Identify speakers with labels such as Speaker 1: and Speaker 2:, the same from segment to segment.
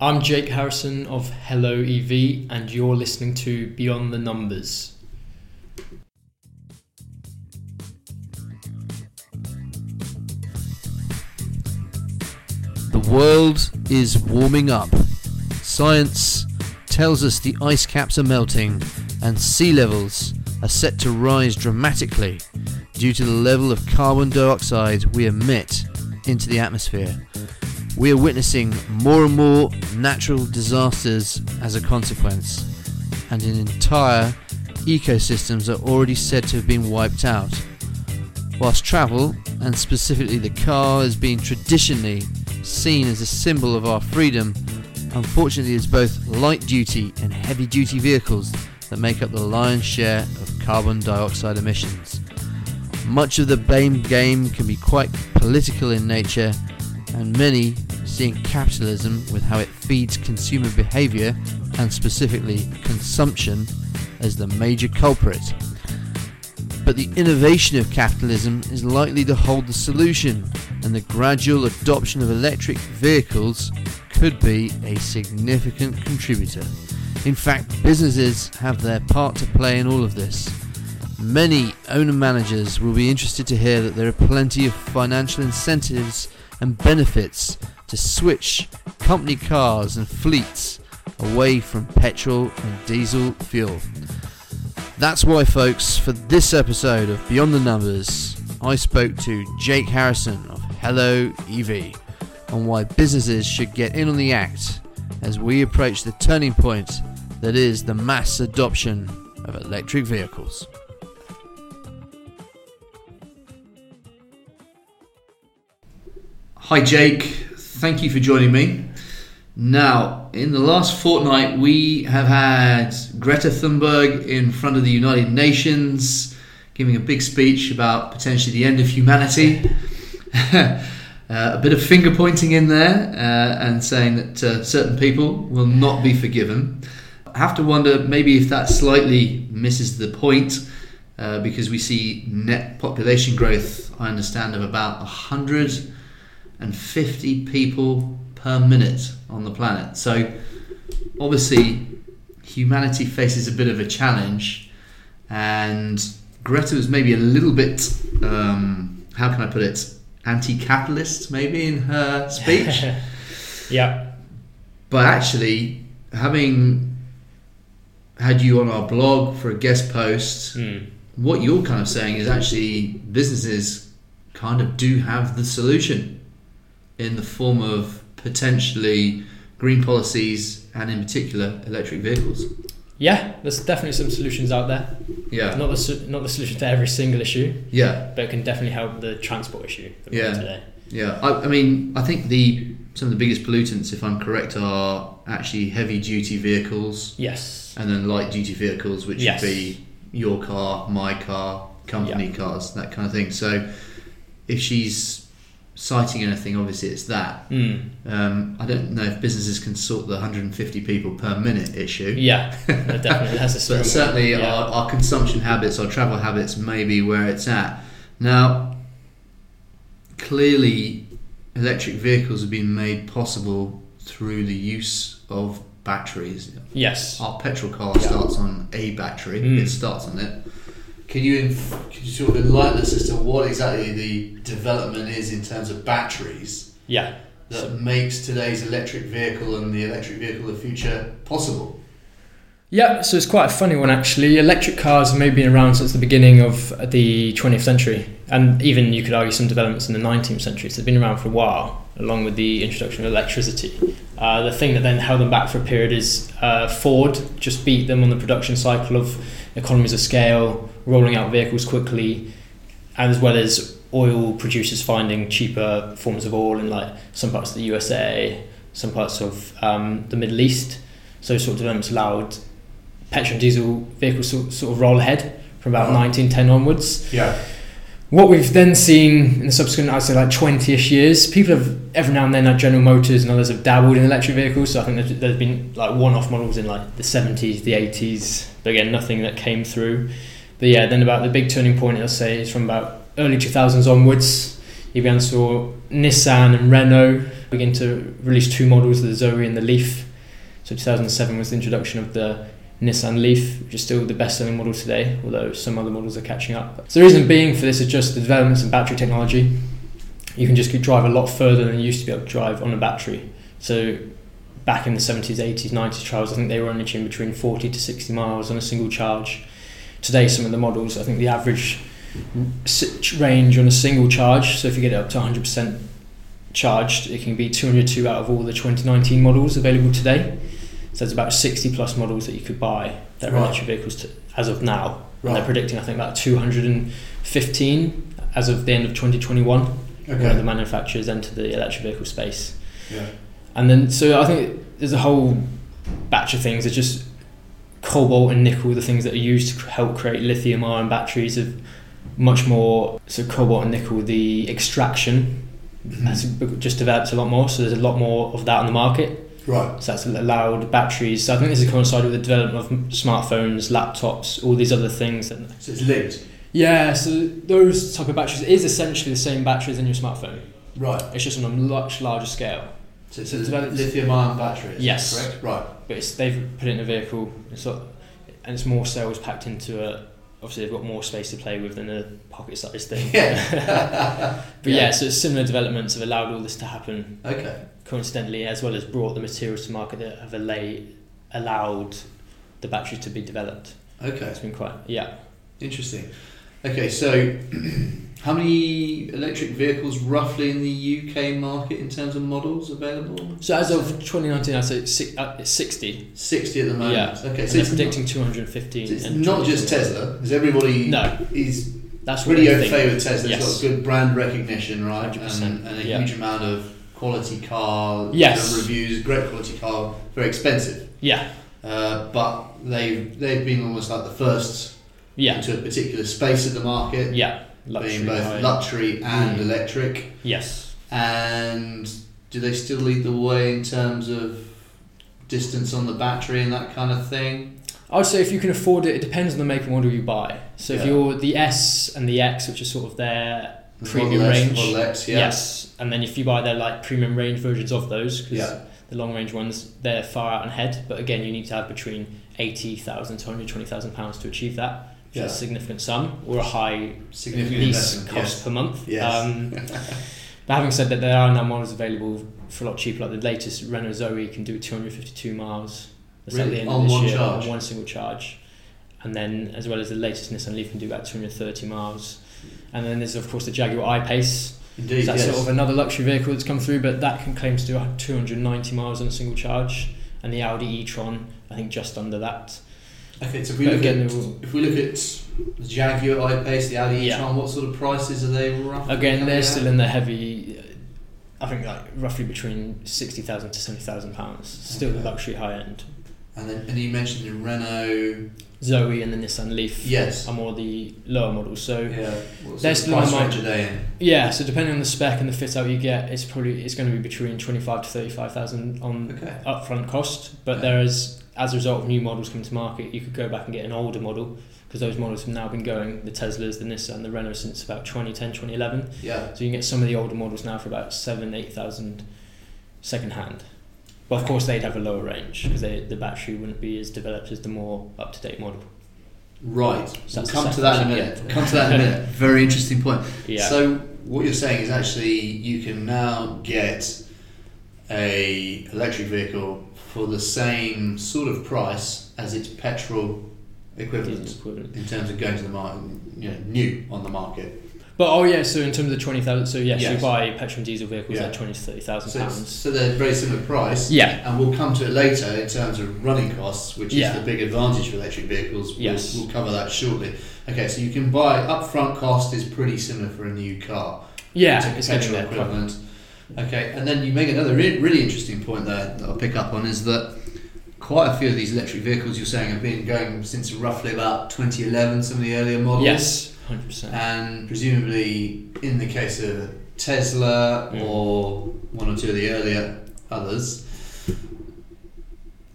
Speaker 1: I'm Jake Harrison of Hello EV, and you're listening to Beyond the Numbers.
Speaker 2: The world is warming up. Science tells us the ice caps are melting and sea levels are set to rise dramatically due to the level of carbon dioxide we emit into the atmosphere. We are witnessing more and more natural disasters as a consequence, and entire ecosystems are already said to have been wiped out. Whilst travel, and specifically the car, has been traditionally seen as a symbol of our freedom, unfortunately, it's both light duty and heavy duty vehicles that make up the lion's share of carbon dioxide emissions. Much of the BAME game can be quite political in nature, and many seeing capitalism with how it feeds consumer behaviour and specifically consumption as the major culprit. But the innovation of capitalism is likely to hold the solution, and the gradual adoption of electric vehicles could be a significant contributor. In fact, businesses have their part to play in all of this. Many owner managers will be interested to hear that there are plenty of financial incentives and benefits to switch company cars and fleets away from petrol and diesel fuel. That's why, folks, for this episode of Beyond the Numbers, I spoke to Jake Harrison of Hello EV on why businesses should get in on the act as we approach the turning point that is the mass adoption of electric vehicles. Hi, Jake. Thank you for joining me. Now, in the last fortnight, we have had Greta Thunberg in front of the United Nations giving a big speech about potentially the end of humanity. uh, a bit of finger pointing in there uh, and saying that uh, certain people will not be forgiven. I have to wonder maybe if that slightly misses the point uh, because we see net population growth, I understand, of about 150 people per minute on the planet. So obviously, humanity faces a bit of a challenge, and Greta was maybe a little bit, um, how can I put it, anti capitalist maybe in her speech.
Speaker 1: yeah.
Speaker 2: But actually, having had you on our blog for a guest post,
Speaker 1: Hmm.
Speaker 2: what you're kind of saying is actually businesses kind of do have the solution in the form of potentially green policies and, in particular, electric vehicles.
Speaker 1: Yeah, there's definitely some solutions out there.
Speaker 2: Yeah,
Speaker 1: Not the su- not the solution to every single issue,
Speaker 2: yeah,
Speaker 1: but it can definitely help the transport issue that we've
Speaker 2: Yeah.
Speaker 1: got today.
Speaker 2: yeah. I, I mean, I think the some of the biggest pollutants, if I'm correct, are actually heavy-duty vehicles.
Speaker 1: Yes.
Speaker 2: and then light duty vehicles, which
Speaker 1: Yes.
Speaker 2: would be your car, my car, company cars, that kind of thing. So if she's citing anything, obviously it's that.
Speaker 1: Mm.
Speaker 2: Um, I don't know if businesses can sort the 150 people per minute issue.
Speaker 1: Yeah, no, definitely. That's a strong
Speaker 2: But certainly
Speaker 1: one. Yeah.
Speaker 2: our, our consumption habits, our travel habits may be where it's at. Now, clearly, electric vehicles have been made possible through the use of batteries
Speaker 1: Yes.
Speaker 2: our petrol car starts on a battery.
Speaker 1: Mm.
Speaker 2: It starts on it. Can you inf- can you sort of enlighten us as to what exactly the development is in terms of batteries
Speaker 1: Yeah.
Speaker 2: that makes today's electric vehicle and the electric vehicle of the future possible?
Speaker 1: Yeah, so it's quite a funny one actually. Electric cars have maybe been around since the beginning of the 20th century, and even you could argue some developments in the 19th century. So they've been around for a while, along with the introduction of electricity. Uh, the thing that then held them back for a period is uh, Ford just beat them on the production cycle of economies of scale, rolling out vehicles quickly, as well as oil producers finding cheaper forms of oil in like some parts of the USA, some parts of um, the Middle East. So sort of developments allowed petrol and diesel vehicles sort, sort of roll ahead from about
Speaker 2: Uh-huh.
Speaker 1: 1910 onwards.
Speaker 2: Yeah,
Speaker 1: What we've then seen in the subsequent, I'd say like 20-ish years, people have every now and then like General Motors and others have dabbled in electric vehicles. So I think there's, there's been like one-off models in like the 70s, the 80s, but again, nothing that came through. But yeah, then about the big turning point, I'll say, is from about early 2000s onwards. You began saw Nissan and Renault begin to release two models, the Zoe and the Leaf. So 2007 was the introduction of the Nissan Leaf, which is still the best-selling model today, although some other models are catching up. So the reason being for this is just the developments in battery technology. You can just drive a lot further than you used to be able to drive on a battery. So back in the 70s, 80s, 90s trials, I think they were only achieving between 40 to 60 miles on a single charge. Today, some of the models, I think the average s- range on a single charge, so if you get it up to 100% charged, it can be 202 out of all the 2019 models available today. So there's about 60 plus models that you could buy that are
Speaker 2: Right.
Speaker 1: electric vehicles to, as of now. And
Speaker 2: Right.
Speaker 1: they're predicting, I think, about 215 as of the end of 2021, when the
Speaker 2: Okay.
Speaker 1: manufacturers enter the electric vehicle space.
Speaker 2: Yeah.
Speaker 1: And then, so I think there's a whole batch of things. It's just cobalt and nickel, the things that are used to help create lithium ion batteries, of much more. So, cobalt and nickel, the extraction has just developed a lot more. So, there's a lot more of that on the market.
Speaker 2: Right.
Speaker 1: So, that's allowed batteries. So, I think this has coincided with the development of smartphones, laptops, all these other things. And
Speaker 2: So it's linked.
Speaker 1: yeah, so those type of batteries is essentially the same batteries in your smartphone.
Speaker 2: Right.
Speaker 1: It's just on a much larger scale.
Speaker 2: So
Speaker 1: it's developed-
Speaker 2: lithium-ion batteries.
Speaker 1: Yes.
Speaker 2: Correct. Right.
Speaker 1: but it's, they've put it in a vehicle it's sort and it's more cells packed into a obviously they've got more space to play with than a pocket sized thing
Speaker 2: Yeah.
Speaker 1: but yeah.
Speaker 2: Yeah.
Speaker 1: so it's similar developments have allowed all this to happen
Speaker 2: okay.
Speaker 1: coincidentally as well as brought the materials to market that have allay, allowed the battery to be developed
Speaker 2: Okay.
Speaker 1: it's been quite yeah
Speaker 2: Interesting. Okay. So, how many electric vehicles roughly in the UK market in terms of models available?
Speaker 1: so as of 2019 I'd say six, uh, it's 60
Speaker 2: Sixty at the moment.
Speaker 1: Yeah.
Speaker 2: Okay.
Speaker 1: and
Speaker 2: So
Speaker 1: they're
Speaker 2: it's not,
Speaker 1: predicting 215
Speaker 2: so it's
Speaker 1: and
Speaker 2: not
Speaker 1: 2020.
Speaker 2: just Tesla, because everybody
Speaker 1: no
Speaker 2: is
Speaker 1: that's what
Speaker 2: really
Speaker 1: they
Speaker 2: au
Speaker 1: think.
Speaker 2: fait with Tesla. It's
Speaker 1: Yes.
Speaker 2: got good brand recognition, right?
Speaker 1: 100%,
Speaker 2: And, and a
Speaker 1: yeah.
Speaker 2: huge amount of quality car
Speaker 1: Yes.
Speaker 2: you know, reviews, great quality car, very expensive.
Speaker 1: yeah
Speaker 2: Uh, but they've, they've been almost like the first
Speaker 1: yeah
Speaker 2: into a particular space of the market,
Speaker 1: yeah
Speaker 2: being both
Speaker 1: high.
Speaker 2: luxury and
Speaker 1: Mm.
Speaker 2: electric.
Speaker 1: yes
Speaker 2: And do they still lead the way in terms of distance on the battery and that kind of thing?
Speaker 1: I would say if you can afford it, it depends on the make and model you buy. So if
Speaker 2: Yeah.
Speaker 1: you're the S and the X, which are sort of their
Speaker 2: The
Speaker 1: Premium
Speaker 2: Model S,
Speaker 1: range.
Speaker 2: Model X, yeah.
Speaker 1: yes, and then if you buy their like premium range versions of those, because
Speaker 2: Yeah.
Speaker 1: the long range ones they're far out and head. But again, you need to have between eighty thousand to hundred twenty thousand pounds to achieve that. Which
Speaker 2: Yeah.
Speaker 1: is a significant sum or a high
Speaker 2: Significant
Speaker 1: lease
Speaker 2: investment,
Speaker 1: cost
Speaker 2: yes.
Speaker 1: per month.
Speaker 2: Yes.
Speaker 1: Um, but having said that, there are now models available for a lot cheaper. Like the latest Renault Zoe can do 252 miles. That's at
Speaker 2: Really?
Speaker 1: the end
Speaker 2: On
Speaker 1: of this
Speaker 2: one
Speaker 1: year,
Speaker 2: charge?
Speaker 1: on one single charge. And then, as well as the latest Nissan Leaf, can do about 230 miles. And then there's, of course, the Jaguar I-Pace.
Speaker 2: Indeed,
Speaker 1: that's
Speaker 2: yes.
Speaker 1: sort of another luxury vehicle that's come through, but that can claim to do 290 miles on a single charge. And the Audi e-tron, I think, just under that.
Speaker 2: Okay, so if we
Speaker 1: But
Speaker 2: look
Speaker 1: again,
Speaker 2: at
Speaker 1: they will-
Speaker 2: if we look at the Jaguar I-Pace, the Audi
Speaker 1: Yeah.
Speaker 2: e-tron, what sort of prices are they roughly?
Speaker 1: Again,
Speaker 2: coming
Speaker 1: they're
Speaker 2: at?
Speaker 1: still in the heavy. uh, I think like roughly between sixty thousand to seventy thousand pounds. Still the
Speaker 2: Okay.
Speaker 1: luxury high end.
Speaker 2: And then and you mentioned the Renault.
Speaker 1: Zoe and the Nissan Leaf
Speaker 2: Yes.
Speaker 1: are more the lower models. So
Speaker 2: Yeah. What
Speaker 1: They're
Speaker 2: sort of
Speaker 1: still in
Speaker 2: price
Speaker 1: the
Speaker 2: range are they in?
Speaker 1: yeah, so depending on the spec and the fit out you get, it's probably it's going to be between twenty five to thirty five thousand on
Speaker 2: Okay.
Speaker 1: upfront cost. But
Speaker 2: Yeah.
Speaker 1: there is as a result of new models coming to market, you could go back and get an older model because those models have now been going the Teslas, the Nissan, the Renault since about 2010, 2011.
Speaker 2: Yeah.
Speaker 1: So you can get some of the older models now for about seven, eight thousand second hand. But of course, they'd have a lower range because the battery wouldn't be as developed as the more up to date model.
Speaker 2: Right.
Speaker 1: So that's
Speaker 2: we'll come
Speaker 1: the
Speaker 2: to that in
Speaker 1: second
Speaker 2: a minute.
Speaker 1: option, yeah.
Speaker 2: Come to that in a minute. Very interesting point.
Speaker 1: Yeah.
Speaker 2: So what you're saying is actually you can now get a electric vehicle for the same sort of price as its petrol equivalent.
Speaker 1: Diesel equivalent.
Speaker 2: in terms of going to the market, you know, new on the market.
Speaker 1: But oh yeah, so in terms of twenty thousand, so yes,
Speaker 2: Yes.
Speaker 1: you buy petrol and diesel vehicles
Speaker 2: Yeah.
Speaker 1: at twenty to thirty thousand
Speaker 2: So, it's-
Speaker 1: pounds.
Speaker 2: so they're very similar price,
Speaker 1: Yeah,
Speaker 2: and we'll come to it later in terms of running costs, which
Speaker 1: Yeah.
Speaker 2: is the big advantage for electric vehicles. We'll,
Speaker 1: Yes.
Speaker 2: we'll cover that shortly. Okay, so you can buy upfront cost is pretty similar for a new car.
Speaker 1: yeah,
Speaker 2: to
Speaker 1: it's getting
Speaker 2: petrol
Speaker 1: there. quite-
Speaker 2: equivalent. Okay, and then you make another re- really interesting point there that I'll pick up on is that quite a few of these electric vehicles you're saying have been going since roughly about 2011, some of the earlier models.
Speaker 1: Yes, hundred percent.
Speaker 2: And presumably, in the case of Tesla
Speaker 1: Mm.
Speaker 2: or one or two of the earlier others,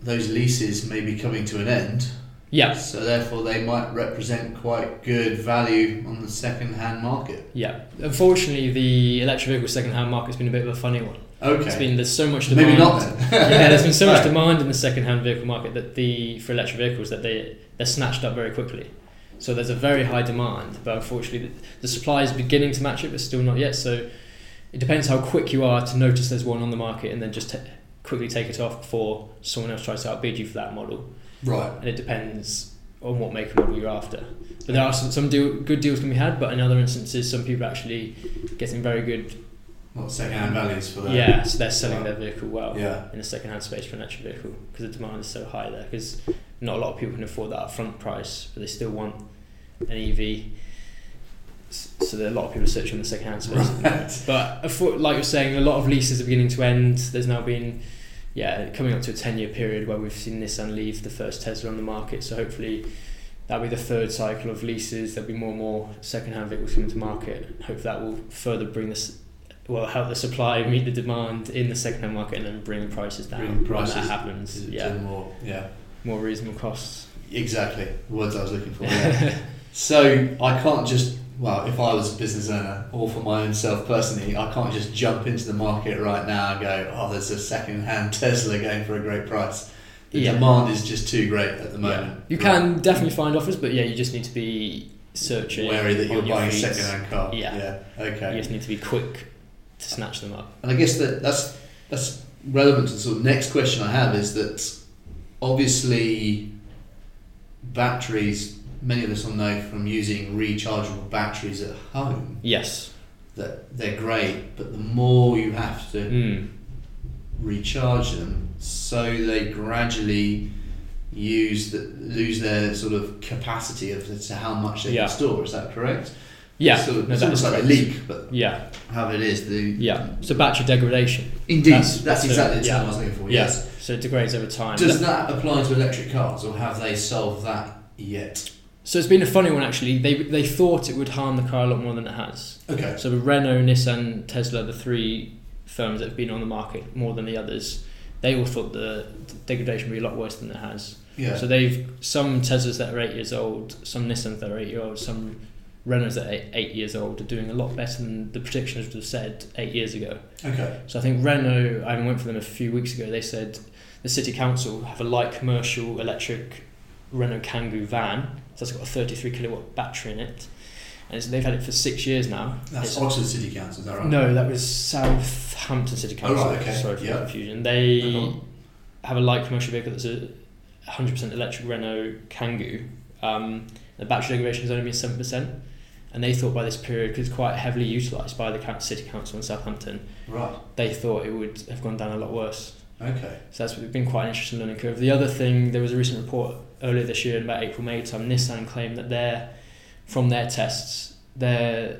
Speaker 2: those leases may be coming to an end.
Speaker 1: Yeah,
Speaker 2: So therefore, they might represent quite good value on the second-hand market.
Speaker 1: yeah. Unfortunately, the electric vehicle second-hand market's been a bit of a funny one.
Speaker 2: Okay.
Speaker 1: It's been there's so much demand.
Speaker 2: Maybe not then.
Speaker 1: yeah, there's been so much
Speaker 2: Right.
Speaker 1: demand in the second-hand vehicle market that the for electric vehicles that they they're snatched up very quickly. So there's a very high demand, but unfortunately the, the supply is beginning to match it, but still not yet. So it depends how quick you are to notice there's one on the market and then just t- quickly take it off before someone else tries to outbid you for that model.
Speaker 2: Right.
Speaker 1: And it depends on what make and model you're after. But there are some, some deal, good deals can be had, but in other instances, some people are actually getting very good.
Speaker 2: Not second-hand values for that.
Speaker 1: Yeah, so they're selling their vehicle well
Speaker 2: Yeah.
Speaker 1: in the second-hand space for an electric vehicle because the demand is so high there because not a lot of people can afford that upfront price but they still want an EV S- so there are a lot of people searching the second-hand space
Speaker 2: Right.
Speaker 1: but affo- like you're saying a lot of leases are beginning to end there's now been yeah coming up to a 10-year period where we've seen Nissan leave the first Tesla on the market so hopefully that'll be the third cycle of leases there'll be more and more second-hand vehicles coming to market hopefully that will further bring this well help the supply meet the demand in the second-hand market and then bring the prices down
Speaker 2: Bring
Speaker 1: when
Speaker 2: prices
Speaker 1: that
Speaker 2: Is
Speaker 1: happens
Speaker 2: it
Speaker 1: yeah
Speaker 2: more? Yeah.
Speaker 1: more reasonable costs
Speaker 2: Exactly. The words I was looking for. Yeah. So I can't just well, if I was a business owner or for my own self personally, I can't just jump into the market right now and go, oh, there's a second hand Tesla going for a great price. The
Speaker 1: Yeah.
Speaker 2: demand is just too great at the moment.
Speaker 1: you can definitely find offers but yeah you just need to be searching
Speaker 2: wary that you're
Speaker 1: on your
Speaker 2: buying a
Speaker 1: feet.
Speaker 2: second hand car.
Speaker 1: Yeah.
Speaker 2: Okay.
Speaker 1: you just need to be quick to snatch them up
Speaker 2: And I guess that that's that's relevant to the sort of next question I have is that obviously batteries many of us will know from using rechargeable batteries at home.
Speaker 1: yes
Speaker 2: that they're great, but the more you have to
Speaker 1: mm.
Speaker 2: recharge them, so they gradually use the, lose their sort of capacity of as to how much they
Speaker 1: Yeah.
Speaker 2: can store. Is that correct?
Speaker 1: yeah
Speaker 2: Sort of,
Speaker 1: no,
Speaker 2: it's
Speaker 1: that
Speaker 2: almost
Speaker 1: is
Speaker 2: like
Speaker 1: correct.
Speaker 2: a leak, but
Speaker 1: Yeah,
Speaker 2: how it is the
Speaker 1: yeah. So battery degradation.
Speaker 2: Indeed, that's,
Speaker 1: That's- that's
Speaker 2: exactly
Speaker 1: it,
Speaker 2: the term
Speaker 1: yeah.
Speaker 2: I was looking for.
Speaker 1: Yeah.
Speaker 2: Yes.
Speaker 1: So it degrades over time.
Speaker 2: Does that apply to electric cars, or have they solved that yet?
Speaker 1: so it's been a funny one actually. They they thought it would harm the car a lot more than it has.
Speaker 2: Okay.
Speaker 1: So the Renault, Nissan, Tesla, the three firms that have been on the market more than the others, they all thought the degradation would be a lot worse than it has.
Speaker 2: Yeah.
Speaker 1: So they've some Teslas that are eight years old, some Nissans that are eight year old, some Renaults that are eight, eight years old are doing a lot better than the predictions would have said eight years ago.
Speaker 2: okay.
Speaker 1: So I think Renault, I went for them a few weeks ago, they said the city council have a light commercial electric Renault Kangoo van. So that's got a 33 kilowatt battery in it. And it's, they've had it for six years now.
Speaker 2: That's
Speaker 1: It's-
Speaker 2: Oxford City Council, is that right?
Speaker 1: no, that was Southampton City
Speaker 2: Oh, right,
Speaker 1: Council.
Speaker 2: okay,
Speaker 1: Sorry for
Speaker 2: yeah.
Speaker 1: the confusion. They
Speaker 2: No problem.
Speaker 1: have a light commercial vehicle that's a 100% electric Renault Kangoo. Um, the battery degradation has only been 7%. And they thought by this period, because it's quite heavily utilised by the coun- City Council in Southampton,
Speaker 2: Right.
Speaker 1: they thought it would have gone down a lot worse.
Speaker 2: Okay.
Speaker 1: So that's been quite an interesting learning curve. The other thing, there was a recent report earlier this year, in about April, May time, Nissan claimed that their, from their tests, their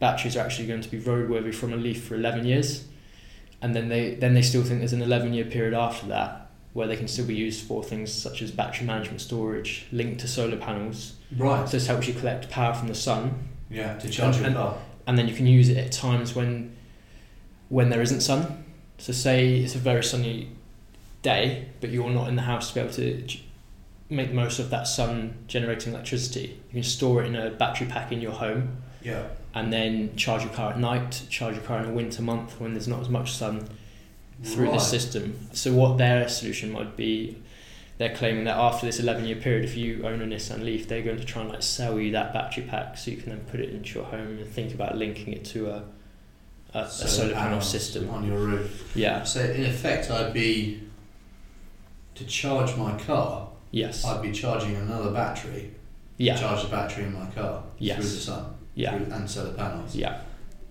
Speaker 1: batteries are actually going to be roadworthy from a Leaf for 11 years. And then they, then they still think there's an 11 year period after that where they can still be used for things such as battery management storage linked to solar panels.
Speaker 2: Right.
Speaker 1: So this helps you collect power from the sun
Speaker 2: Yeah. To charge your
Speaker 1: And-
Speaker 2: car.
Speaker 1: and then you can use it at times when when there isn't sun. So say it's a very sunny day, but you're not in the house to be able to g- make the most of that sun generating electricity. You can store it in a battery pack in your home,
Speaker 2: Yeah.
Speaker 1: and then charge your car at night. Charge your car in a winter month when there's not as much sun through
Speaker 2: right.
Speaker 1: this system. So what their solution might be, they're claiming that after this 11 year period, if you own a Nissan Leaf, they're going to try and like sell you that battery pack so you can then put it into your home and think about linking it to a a, uh, a solar panel
Speaker 2: panels
Speaker 1: system.
Speaker 2: on your roof.
Speaker 1: Yeah.
Speaker 2: So in effect, I'd be to charge my car.
Speaker 1: Yes.
Speaker 2: I'd be charging another battery.
Speaker 1: Yeah.
Speaker 2: Charge the battery in my car
Speaker 1: Yes.
Speaker 2: through the sun.
Speaker 1: Yeah.
Speaker 2: Through, and solar panels.
Speaker 1: Yeah.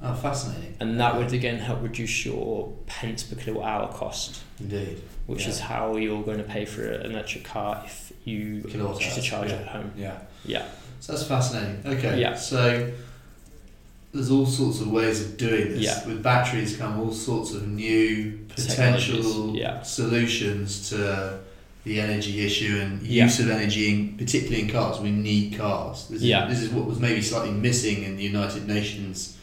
Speaker 2: Oh, fascinating.
Speaker 1: And that would again help reduce your pence per kilowatt hour cost,
Speaker 2: Indeed.
Speaker 1: which
Speaker 2: Yeah.
Speaker 1: is how you're going to pay for an electric car if you
Speaker 2: Kilowatt
Speaker 1: choose to
Speaker 2: hours,
Speaker 1: charge
Speaker 2: yeah.
Speaker 1: it at home.
Speaker 2: Yeah.
Speaker 1: Yeah.
Speaker 2: So that's fascinating. Okay.
Speaker 1: Yeah.
Speaker 2: So there's all sorts of ways of doing this.
Speaker 1: Yeah.
Speaker 2: With batteries come all sorts of new potential
Speaker 1: Technologies, yeah.
Speaker 2: solutions to the energy issue and
Speaker 1: Yeah.
Speaker 2: use of energy, in, particularly in cars. We need cars. This is,
Speaker 1: Yeah.
Speaker 2: this is what was maybe slightly missing in the United Nations,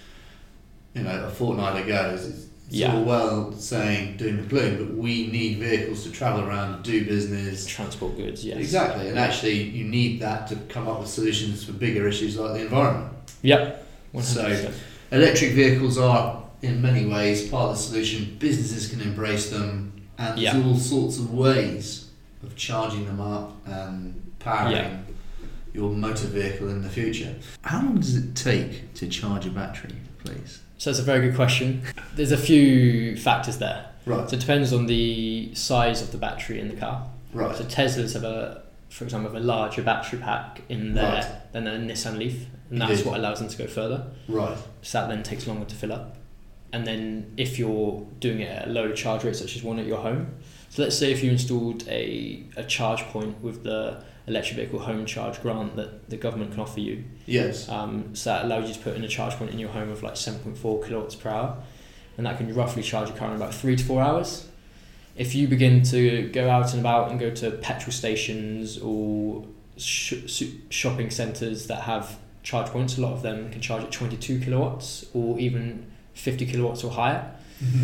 Speaker 2: you know, a fortnight ago. Is, is It's
Speaker 1: Yeah.
Speaker 2: all well saying doom and gloom, but we need vehicles to travel around and do business.
Speaker 1: Transport goods, yes.
Speaker 2: Exactly, and actually, you need that to come up with solutions for bigger issues like the environment.
Speaker 1: Yep.
Speaker 2: So-
Speaker 1: 100%.
Speaker 2: Electric vehicles are, in many ways, part of the solution. Businesses can embrace them, and
Speaker 1: Yeah.
Speaker 2: there's all sorts of ways of charging them up and powering
Speaker 1: Yeah.
Speaker 2: your motor vehicle in the future. How long does it take to charge a battery, please?
Speaker 1: so that's a very good question. There's a few factors there.
Speaker 2: Right,
Speaker 1: So it depends on the size of the battery in the car.
Speaker 2: right,
Speaker 1: So Teslas have a, for example, have a larger battery pack in there
Speaker 2: Right.
Speaker 1: than a Nissan Leaf, and that's
Speaker 2: Indeed.
Speaker 1: what allows them to go further.
Speaker 2: right.
Speaker 1: So that then takes longer to fill up. And then if you're doing it at a low charge rate, such as one at your home, so let's say if you installed a, a charge point with the electric vehicle home charge grant that the government can offer you,
Speaker 2: Yes,
Speaker 1: um, so that allows you to put in a charge point in your home of like 7.4 kilowatts per hour, and that can roughly charge your car in about three to four hours. If you begin to go out and about and go to petrol stations or sh- su- shopping centres that have charge points, a lot of them can charge at 22 kilowatts or even 50 kilowatts or higher. Mm-hmm.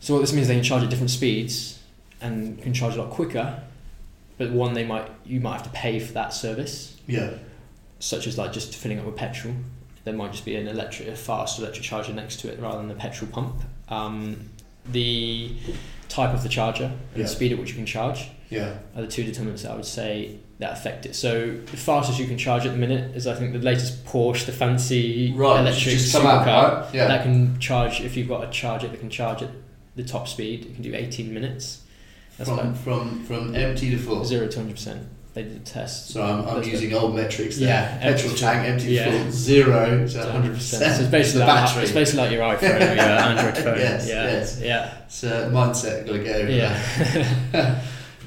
Speaker 1: So what this means, they can charge at different speeds and can charge a lot quicker. But one, they might you might have to pay for that service
Speaker 2: yeah,
Speaker 1: such as like just filling up with petrol. There might just be an electric, a fast electric charger next to it rather than the petrol pump. Um, the type of the charger and
Speaker 2: Yeah.
Speaker 1: the speed at which you can charge
Speaker 2: yeah,
Speaker 1: are the two determinants that I would say that affect it. So the fastest you can charge at the minute is I think the latest Porsche, the fancy
Speaker 2: right.
Speaker 1: electric
Speaker 2: just come out,
Speaker 1: supercar
Speaker 2: right? Yeah,
Speaker 1: that can charge if you've got a charger that can charge at the top speed. It can do 18 minutes. That's
Speaker 2: from,
Speaker 1: about
Speaker 2: from from empty to full.
Speaker 1: zero to 100 percent. They did the test.
Speaker 2: So I'm, I'm
Speaker 1: That's
Speaker 2: using old metrics there.
Speaker 1: Yeah,
Speaker 2: petrol
Speaker 1: empty-
Speaker 2: tank empty
Speaker 1: yeah.
Speaker 2: full zero to
Speaker 1: So
Speaker 2: 100 percent.
Speaker 1: it's basically
Speaker 2: the
Speaker 1: like
Speaker 2: battery.
Speaker 1: It's basically like your iPhone or your Android phone.
Speaker 2: Yes,
Speaker 1: yeah,
Speaker 2: yes.
Speaker 1: yeah,
Speaker 2: It's a mindset gotta get over.
Speaker 1: yeah.
Speaker 2: that.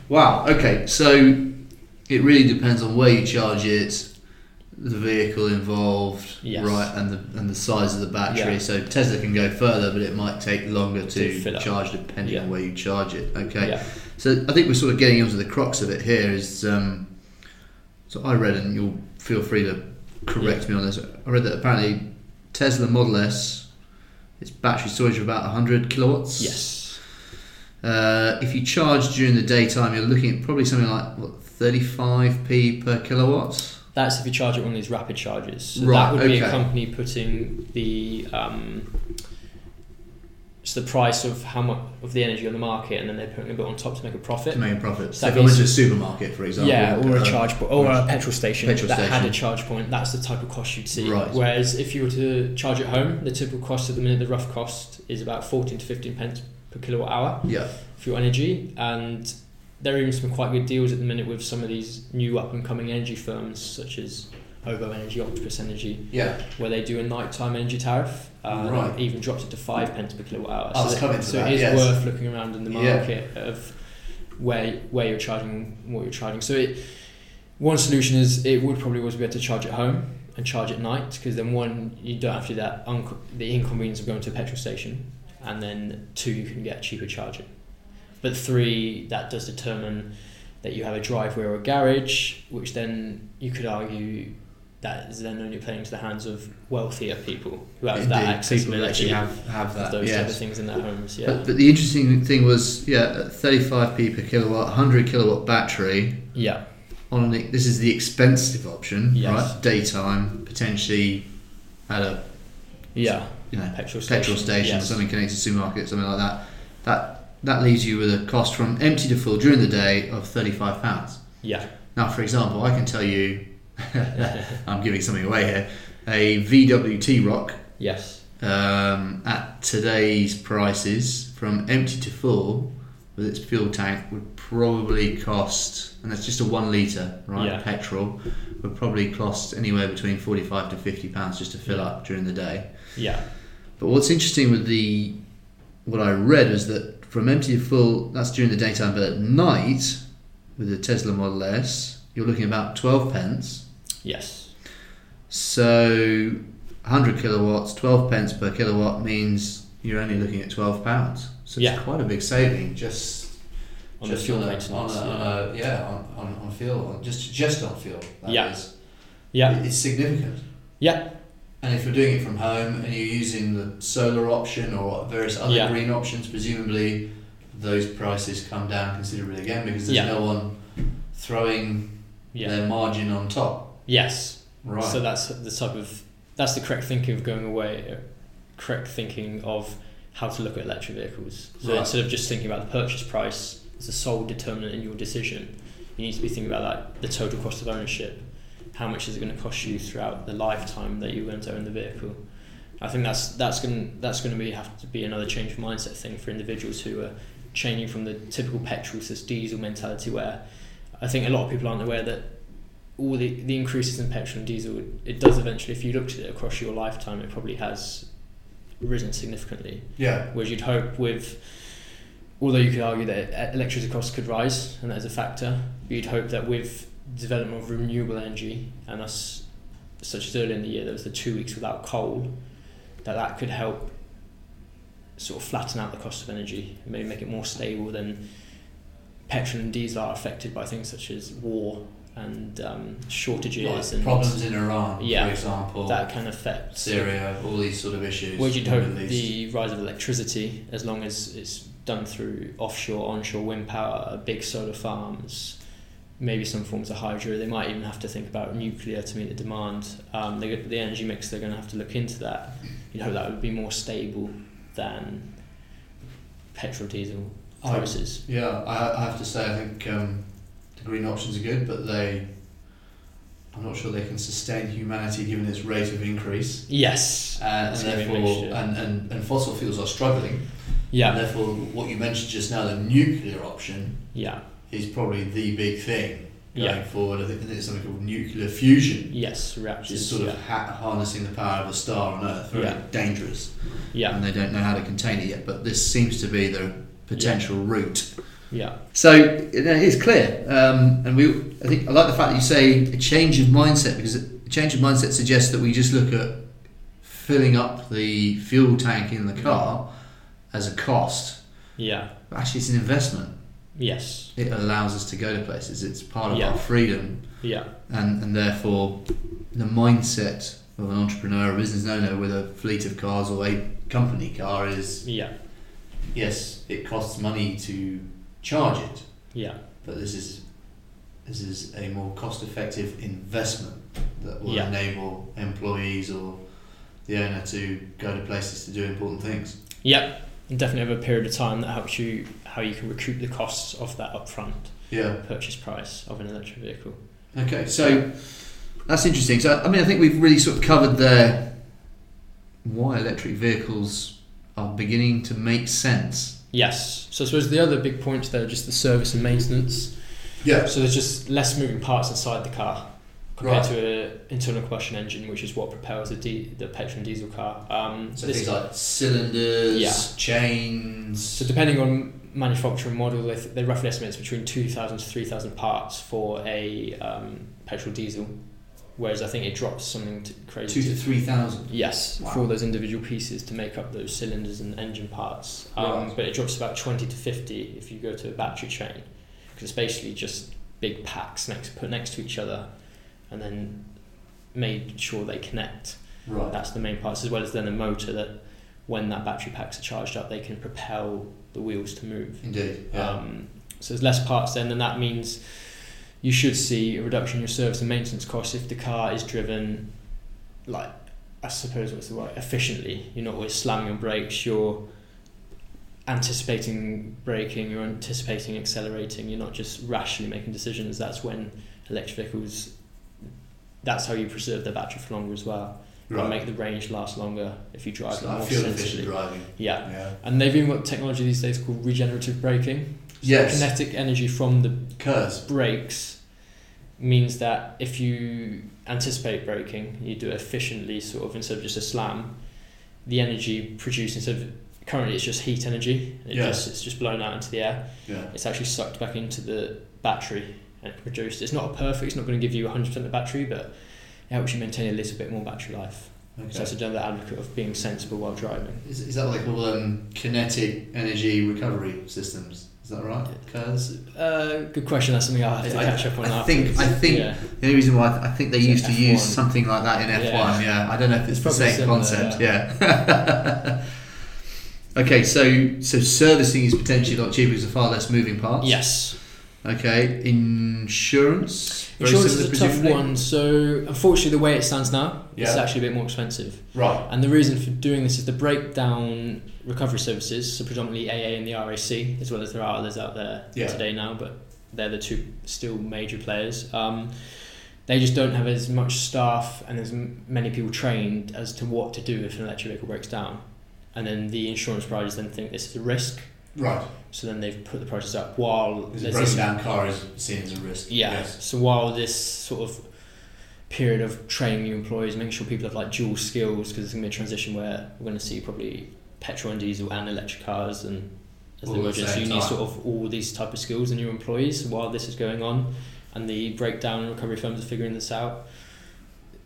Speaker 2: wow. Okay. So it really depends on where you charge it, the vehicle involved,
Speaker 1: Yes.
Speaker 2: right, and the and the size of the battery.
Speaker 1: Yeah.
Speaker 2: So Tesla can go further, but it might take longer
Speaker 1: To
Speaker 2: to,
Speaker 1: fill up.
Speaker 2: charge depending
Speaker 1: Yeah.
Speaker 2: on where you charge it. Okay.
Speaker 1: yeah,
Speaker 2: So I think we're sort of getting onto the crux of it here. Is um, so I read, and you'll feel free to correct me on this. I read that apparently Tesla Model S, its battery storage of about 100 kilowatts.
Speaker 1: yes,
Speaker 2: Uh, if you charge during the daytime, you're looking at probably something like what 35p per kilowatt.
Speaker 1: that's if you charge it on these rapid chargers. So
Speaker 2: Right,
Speaker 1: that would be
Speaker 2: okay.
Speaker 1: a company putting the um, so the price of how much of the energy on the market, and then they're putting a bit on top to make a profit.
Speaker 2: To make a profit. So
Speaker 1: That
Speaker 2: if I went
Speaker 1: means-
Speaker 2: to a supermarket, for example.
Speaker 1: yeah, or a
Speaker 2: uh,
Speaker 1: charge point, or a petrol station
Speaker 2: Petrol
Speaker 1: that had
Speaker 2: station.
Speaker 1: a charge point. That's the type of cost you'd see.
Speaker 2: Right.
Speaker 1: Whereas if you were to charge at home, the typical cost at the minute, the rough cost is about fourteen to fifteen pence per kilowatt hour.
Speaker 2: Yeah.
Speaker 1: fuel energy and there are even some quite good deals at the minute with some of these new up and coming energy firms such as Ovo Energy, Octopus Energy,
Speaker 2: Yeah.
Speaker 1: where they do a nighttime energy tariff. Uh,
Speaker 2: Right.
Speaker 1: Even drops it to five pence per kilowatt hour.
Speaker 2: I was
Speaker 1: that-
Speaker 2: coming to
Speaker 1: so
Speaker 2: that,
Speaker 1: it is
Speaker 2: yes.
Speaker 1: worth looking around in the
Speaker 2: Yeah.
Speaker 1: market of where where you're charging, what you're charging. So it one solution is it would probably always be able to charge at home and charge at night because then one you don't have to do that unco- the inconvenience of going to a petrol station, and then two you can get cheaper charging. But three, that does determine that you have a driveway or a garage, which then you could argue that is then only playing to the hands of wealthier people who have that
Speaker 2: Indeed,
Speaker 1: access
Speaker 2: people actually have, have
Speaker 1: of
Speaker 2: that.
Speaker 1: those
Speaker 2: yes.
Speaker 1: type of things in their homes. Yeah,
Speaker 2: But, but the interesting thing was, yeah, at 35p per kilowatt, 100 kilowatt battery.
Speaker 1: yeah,
Speaker 2: On an, this is the expensive option,
Speaker 1: Yes.
Speaker 2: right? Daytime, potentially at a
Speaker 1: yeah.
Speaker 2: you know
Speaker 1: Petrol station.
Speaker 2: petrol station,
Speaker 1: yes.
Speaker 2: something connected to supermarket, something like that. That that leaves you with a cost from empty to full during the day of 35 pounds.
Speaker 1: Yeah,
Speaker 2: Now, for example, I can tell you, I'm giving something away here, a VWT Rock
Speaker 1: yes,
Speaker 2: um, at today's prices from empty to full with its fuel tank would probably cost and that's just a one litre right
Speaker 1: Yeah.
Speaker 2: petrol would probably cost anywhere between 45 to 50 pounds just to fill
Speaker 1: Yeah.
Speaker 2: up during the day
Speaker 1: yeah,
Speaker 2: but what's interesting with the what i read is that from empty to full that's during the daytime but at night with the tesla model s you're looking about 12 pence
Speaker 1: yes,
Speaker 2: so 100 kilowatts, 12 pence per kilowatt means you're only looking at 12 pounds. So
Speaker 1: Yeah.
Speaker 2: it's quite a big saving just
Speaker 1: on
Speaker 2: just
Speaker 1: the fuel
Speaker 2: on a-
Speaker 1: maintenance.
Speaker 2: on a-
Speaker 1: yeah.
Speaker 2: uh, on a- yeah, on, on, on fuel, on just just on fuel. that
Speaker 1: Yeah.
Speaker 2: is.
Speaker 1: yeah,
Speaker 2: It- It's significant.
Speaker 1: Yeah.
Speaker 2: And if you're doing it from home and you're using the solar option or various other
Speaker 1: Yeah.
Speaker 2: green options, presumably those prices come down considerably again because there's
Speaker 1: Yeah.
Speaker 2: no one throwing
Speaker 1: Yeah.
Speaker 2: their margin on top.
Speaker 1: Yes.
Speaker 2: Right.
Speaker 1: So that's the type of that's the correct thinking of going away. Correct thinking of how to look at electric vehicles. So
Speaker 2: Right.
Speaker 1: instead of just thinking about the purchase price as the sole determinant in your decision, you need to be thinking about like the total cost of ownership. How much is it going to cost you throughout the lifetime that you're going to own the vehicle? I think that's that's going that's going to be have to be another change of mindset thing for individuals who are changing from the typical petrol to this diesel mentality where I think a lot of people aren't aware that all the, the increases in petrol and diesel it does eventually if you looked at it across your lifetime it probably has risen significantly
Speaker 2: yeah.
Speaker 1: whereas you'd hope with although you could argue that e- electricity costs could rise and that is a factor but you'd hope that with development of renewable energy and us such as early in the year there was the two weeks without coal that that could help sort of flatten out the cost of energy and maybe make it more stable than petrol and diesel are affected by things such as war and um, shortages
Speaker 2: Like
Speaker 1: and
Speaker 2: problems in Iran,
Speaker 1: Yeah.
Speaker 2: for example,
Speaker 1: that can affect
Speaker 2: Syria, all these sort of issues.
Speaker 1: Well, you'd
Speaker 2: in the
Speaker 1: hope
Speaker 2: Middle East.
Speaker 1: the rise of electricity, as long as it's done through offshore, onshore wind power, big solar farms, maybe some forms of hydro. They might even have to think about nuclear to meet the demand. Um, they, the energy mix, they're going to have to look into that. You'd hope that would be more stable than petrol, diesel
Speaker 2: I-
Speaker 1: prices.
Speaker 2: Yeah, I, I have to say, I think um, the green options are good, but they, I'm not sure they can sustain humanity given its rate of increase.
Speaker 1: Yes.
Speaker 2: Uh, and
Speaker 1: It's gonna be a
Speaker 2: therefore,
Speaker 1: mixture.
Speaker 2: and, and, and fossil fuels are struggling. And
Speaker 1: Yeah.
Speaker 2: therefore, what you mentioned just now, the nuclear option,
Speaker 1: Yeah.
Speaker 2: is probably the big thing going
Speaker 1: Yeah.
Speaker 2: forward. I think there's something called nuclear fusion,
Speaker 1: Yes.
Speaker 2: which is
Speaker 1: Reactors.
Speaker 2: sort
Speaker 1: Yeah.
Speaker 2: of ha- harnessing the power of a star on Earth. Very
Speaker 1: Yeah.
Speaker 2: dangerous.
Speaker 1: Yeah.
Speaker 2: and they don't know how to contain it yet. But this seems to be the potential route.
Speaker 1: Yeah.
Speaker 2: So it is clear, um, and we. I think I like the fact that you say a change of mindset because a change of mindset suggests that we just look at filling up the fuel tank in the car as a cost.
Speaker 1: Yeah.
Speaker 2: But actually, it's an investment.
Speaker 1: Yes.
Speaker 2: It allows us to go to places. It's part of
Speaker 1: Yeah.
Speaker 2: our freedom
Speaker 1: Yeah.
Speaker 2: and, and therefore the mindset of an entrepreneur or business owner with a fleet of cars or a company car is
Speaker 1: Yeah.
Speaker 2: yes it costs money to charge it
Speaker 1: Yeah.
Speaker 2: but this is this is a more cost effective investment that will
Speaker 1: Yeah.
Speaker 2: enable employees or the owner to go to places to do important things
Speaker 1: Yep, and definitely over a period of time that helps you how you can recoup the costs of that upfront
Speaker 2: yeah
Speaker 1: purchase price of an electric vehicle.
Speaker 2: Okay, so that's interesting. So, I mean, I think we've really sort of covered there why electric vehicles are beginning to make sense.
Speaker 1: Yes, so I suppose the other big points there are just the service and maintenance.
Speaker 2: Yeah.
Speaker 1: So there's just less moving parts inside the car compared
Speaker 2: Right.
Speaker 1: to an internal combustion engine, which is what propels a di- the petrol and diesel car. Um,
Speaker 2: So
Speaker 1: this-
Speaker 2: things like cylinders,
Speaker 1: Yeah.
Speaker 2: chains.
Speaker 1: So depending on manufacturer and model, they, they roughly estimate it's between 2,000 to 3,000 parts for a um, petrol diesel, whereas I think it drops something to crazy
Speaker 2: Two to three thousand.
Speaker 1: Yes,
Speaker 2: Wow.
Speaker 1: for all those individual pieces to make up those cylinders and engine parts. Um,
Speaker 2: Right.
Speaker 1: But it drops about 20 to 50 if you go to a battery chain, because it's basically just big packs next, put next to each other and then made sure they connect.
Speaker 2: Right.
Speaker 1: That's the main parts, as well as then the motor that when that battery packs are charged up, they can propel the wheels to move.
Speaker 2: Indeed. Yeah.
Speaker 1: Um, so there's less parts then, and that means you should see a reduction in your service and maintenance costs if the car is driven, like, I suppose what's the word, efficiently. You're not always slamming on brakes, you're anticipating braking, you're anticipating accelerating, you're not just rashly making decisions. That's when electric vehicles, that's how you preserve their battery for longer as well. And
Speaker 2: right.
Speaker 1: make the range last longer if you drive
Speaker 2: It's
Speaker 1: them
Speaker 2: like
Speaker 1: more
Speaker 2: fuel efficient
Speaker 1: sensibly.
Speaker 2: driving.
Speaker 1: Yeah.
Speaker 2: Yeah.
Speaker 1: And they've even got technology these days called regenerative braking
Speaker 2: Yes.
Speaker 1: kinetic energy from the
Speaker 2: Curves.
Speaker 1: brakes means that if you anticipate braking, you do it efficiently, sort of instead of just a slam, the energy produced instead of currently it's just heat energy. It
Speaker 2: Yeah.
Speaker 1: just, it's just blown out into the air.
Speaker 2: Yeah.
Speaker 1: It's actually sucked back into the battery and it produced. It's not a perfect. It's not going to give you hundred percent of battery, but it helps you maintain a little bit more battery life. So
Speaker 2: Okay.
Speaker 1: that's another advocate of being sensible while driving.
Speaker 2: Is, is that what they call um, kinetic energy recovery systems?
Speaker 3: Is that right? Curves.
Speaker 1: Uh, good question. That's something I'll have to
Speaker 3: I-
Speaker 1: catch up on.
Speaker 3: I think-
Speaker 1: afterwards.
Speaker 3: I think-
Speaker 1: Yeah.
Speaker 3: The only reason why I, th- I think they
Speaker 1: Is it
Speaker 3: used to
Speaker 1: F1?
Speaker 3: use something like that in
Speaker 1: Yeah.
Speaker 3: F1, yeah. I don't know if it's,
Speaker 1: It's
Speaker 3: the
Speaker 1: probably
Speaker 3: same
Speaker 1: similar,
Speaker 3: concept, yeah. okay, so so servicing is potentially a lot cheaper because there are far less moving parts.
Speaker 1: Yes.
Speaker 3: Okay, insurance. Very
Speaker 1: Insurance
Speaker 3: similar,
Speaker 1: is a tough
Speaker 3: presumably?
Speaker 1: one. So unfortunately, the way it stands now, it's
Speaker 3: Yeah.
Speaker 1: actually a bit more expensive.
Speaker 3: Right.
Speaker 1: And the reason for doing this is the breakdown recovery services, so predominantly AA and the RAC, as well as there are others out there
Speaker 3: Yeah.
Speaker 1: today now, but they're the two still major players. Um, they just don't have as much staff and as m- many people trained as to what to do if an electric vehicle breaks down. And then the insurance providers then think this is a risk,
Speaker 2: Right.
Speaker 1: so then they've put the prices up while
Speaker 2: This
Speaker 1: there's
Speaker 2: breaking
Speaker 1: this
Speaker 2: down car is seen as a risk.
Speaker 1: yeah.
Speaker 2: Yes.
Speaker 1: So while this sort of period of training new employees, making sure people have like dual skills, because there's gonna be a transition where we're gonna see probably petrol and diesel and electric cars, and as
Speaker 2: All
Speaker 1: they
Speaker 2: at
Speaker 1: merge, so
Speaker 2: the same
Speaker 1: you need
Speaker 2: time.
Speaker 1: sort of all these type of skills in your employees while this is going on, and the breakdown and recovery firms are figuring this out.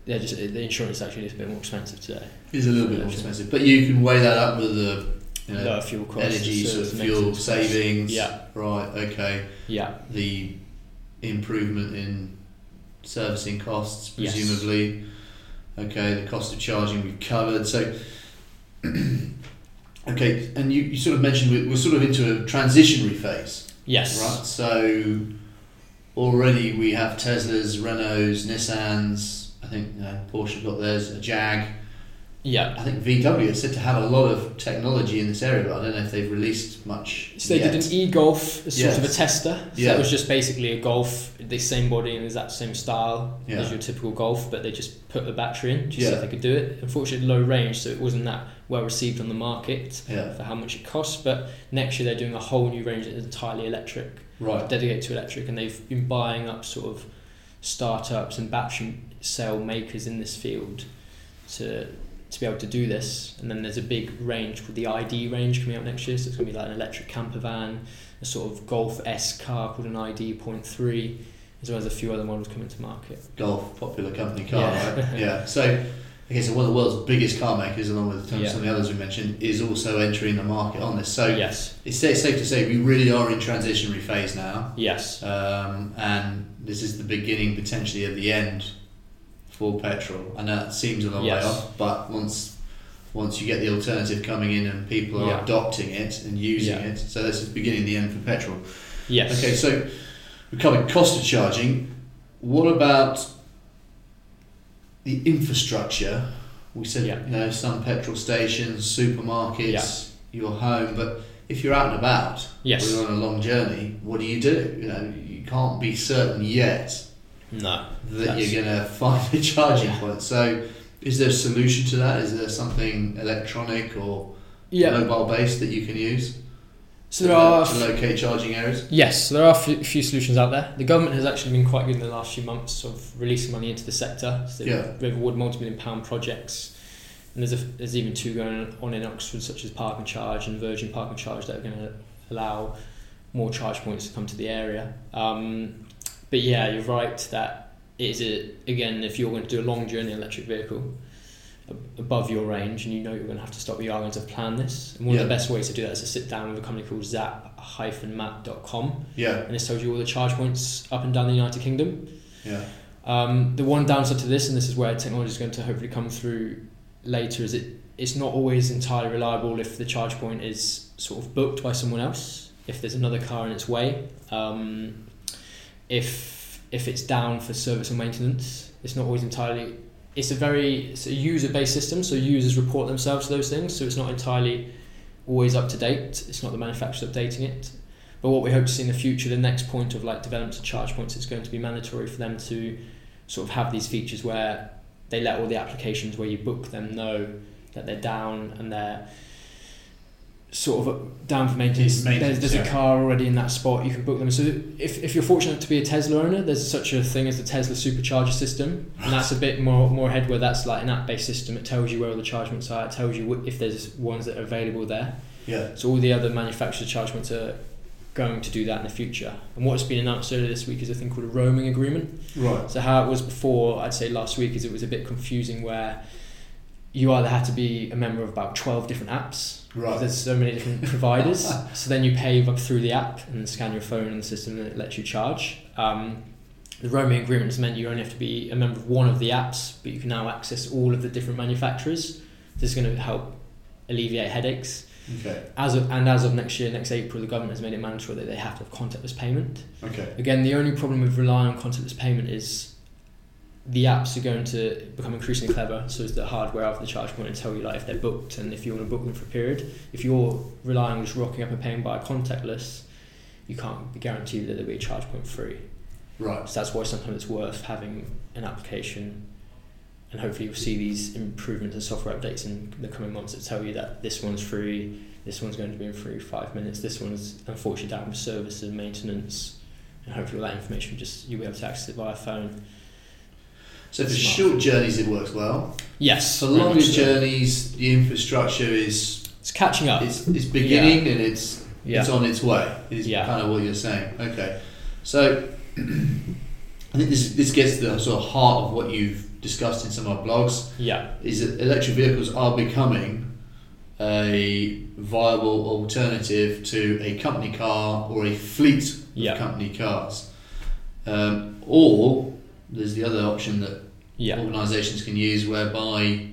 Speaker 1: Yeah, just the insurance actually is a bit more expensive today.
Speaker 2: It's a little bit more expensive, but you can weigh that up with the you know,
Speaker 1: Lower fuel costs,
Speaker 2: energy sort of
Speaker 1: it makes
Speaker 2: fuel
Speaker 1: sense.
Speaker 2: savings.
Speaker 1: Yeah,
Speaker 2: Right. Okay.
Speaker 1: yeah,
Speaker 2: The improvement in servicing costs,
Speaker 1: Yes.
Speaker 2: presumably. Okay. The cost of charging we've covered. So. okay, and you, you sort of mentioned we're, we're sort of into a transitionary phase.
Speaker 1: yes,
Speaker 2: Right, so already we have Teslas, Renaults, Nissans. I think you know, Porsche got theirs, a Jag.
Speaker 1: yeah.
Speaker 2: I think VW is said to have a lot of technology in this area, but I don't know if they've released much.
Speaker 1: So they
Speaker 2: yet.
Speaker 1: did an e-golf as sort of a
Speaker 2: Yes.
Speaker 1: tester. So
Speaker 2: Yeah.
Speaker 1: that was just basically a golf, the same body and exact same style
Speaker 2: Yeah.
Speaker 1: as your typical golf, but they just put a battery in just so
Speaker 2: Yeah.
Speaker 1: they could do it. Unfortunately, low range, so it wasn't that well received on the market
Speaker 2: Yeah,
Speaker 1: for how much it costs. But next year they're doing a whole new range that's entirely electric,
Speaker 2: right.
Speaker 1: dedicated to electric, and they've been buying up sort of startups and battery cell makers in this field to to be able to do this. And then there's a big range called the ID range coming up next year. So it's going to be like an electric camper van, a sort of Golf S car called an ID point three, as well as a few other models coming to market.
Speaker 2: Golf, popular company car,
Speaker 1: Yeah.
Speaker 2: right? Yeah. So, okay, so one of the world's biggest car makers, along with some
Speaker 1: Yeah.
Speaker 2: of the others we mentioned, is also entering the market on this. So,
Speaker 1: yes,
Speaker 2: it's safe safe to say we really are in transitionary phase now.
Speaker 1: yes,
Speaker 2: um, and this is the beginning potentially of the end for petrol. I know it seems a long
Speaker 1: Yes.
Speaker 2: way off, but once once you get the alternative coming in and people are
Speaker 1: Yeah.
Speaker 2: adopting it and using
Speaker 1: Yeah.
Speaker 2: it, so this is beginning the end for petrol.
Speaker 1: yes.
Speaker 2: Okay, so we covered cost of charging. What about the infrastructure? We said
Speaker 1: Yeah.
Speaker 2: you know some petrol stations, supermarkets, your home, but if you're out and about,
Speaker 1: Yes.
Speaker 2: we're on a long journey. What do you do? You know, you can't be certain yet
Speaker 1: No.
Speaker 2: that
Speaker 1: That's-
Speaker 2: you're going to find a charging
Speaker 1: Yeah.
Speaker 2: point. So, is there a solution to that? Is there something electronic or
Speaker 1: Yeah.
Speaker 2: mobile based that you can use
Speaker 1: So there
Speaker 2: to,
Speaker 1: are.
Speaker 2: to locate charging areas?
Speaker 1: Yes, there are a few, few solutions out there. The government has actually been quite good in the last few months of releasing money into the sector. So
Speaker 2: Yeah.
Speaker 1: they've awarded multi-million pound projects, and there's a, there's even two going on in Oxford, such as Park and Charge and Virgin Park and Charge, that are going to allow more charge points to come to the area. Um, but yeah, you're right that it is a, again if you're going to do a long journey in an electric vehicle a- above your range and you know you're going to have to stop you are going to plan this and one of the
Speaker 2: Yeah.
Speaker 1: best ways to do that is to sit down with a company called zap-map.com
Speaker 2: Yeah,
Speaker 1: and this tells you all the charge points up and down the United Kingdom.
Speaker 2: yeah,
Speaker 1: Um, the one downside to this, and this is where technology is going to hopefully come through later, is it it's not always entirely reliable if the charge point is sort of booked by someone else. If there's another car in its way, um, if if it's down for service and maintenance, it's not always entirely. It's a very it's a user based system, so users report themselves to those things, so it's not entirely always up to date. It's not the manufacturer updating it. But what we hope to see in the future, the next point of like development of charge points, it's going to be mandatory for them to sort of have these features where they let all the applications where you book them know that they're down and they're sort of down for maintenance.
Speaker 2: It's maintenance,
Speaker 1: there's there's
Speaker 2: yeah.
Speaker 1: a car already in that spot, you can book them. So if, if you're fortunate to be a Tesla owner, there's such a thing as the Tesla supercharger system. And that's a bit more, more ahead where that's like an app based system. It tells you where all the charge points are, it tells you wh- if there's ones that are available there.
Speaker 2: yeah.
Speaker 1: So all the other manufacturers charge points are going to do that in the future. And what's been announced earlier this week is a thing called a roaming agreement.
Speaker 2: Right.
Speaker 1: So how it was before, I'd say last week, is it was a bit confusing where you either had to be a member of about 12 different apps. 'cause
Speaker 2: Right.
Speaker 1: There's so many different providers. So then you pay up through the app and scan your phone and the system and it lets you charge. Um, the roaming agreements meant you only have to be a member of one of the apps, but you can now access all of the different manufacturers. This is going to help alleviate headaches.
Speaker 2: Okay.
Speaker 1: As of, and as of next year, next April, the government has made it mandatory that they have to have contactless payment.
Speaker 2: Okay.
Speaker 1: Again, the only problem with relying on contactless payment is the apps are going to become increasingly clever. So it's the hardware of the charge point and tell you like if they're booked and if you want to book them for a period. If you're relying on just rocking up and paying by contactless, you can't be guaranteed that there'll be a charge point free.
Speaker 2: Right.
Speaker 1: So that's why sometimes it's worth having an application, and hopefully you'll see these improvements and software updates in the coming months that tell you that this one's free, this one's going to be in free five minutes, this one's unfortunately down with service and maintenance, and hopefully all that information just you'll be able to access it via phone.
Speaker 2: So for
Speaker 1: Smart.
Speaker 2: short journeys, it works well.
Speaker 1: Yes,
Speaker 2: For
Speaker 1: very much
Speaker 2: longer
Speaker 1: so.
Speaker 2: journeys, the infrastructure is
Speaker 1: it's catching up.
Speaker 2: it's, it's beginning and it's
Speaker 1: yeah,
Speaker 2: it's on its way. Is
Speaker 1: Yeah.
Speaker 2: kind of what you're saying. Okay. So I think this this gets to the sort of heart of what you've discussed in some of our blogs.
Speaker 1: yeah,
Speaker 2: is that electric vehicles are becoming a viable alternative to a company car or a fleet of
Speaker 1: Yeah.
Speaker 2: company cars. Um, or there's the other option that
Speaker 1: yeah,
Speaker 2: organisations can use whereby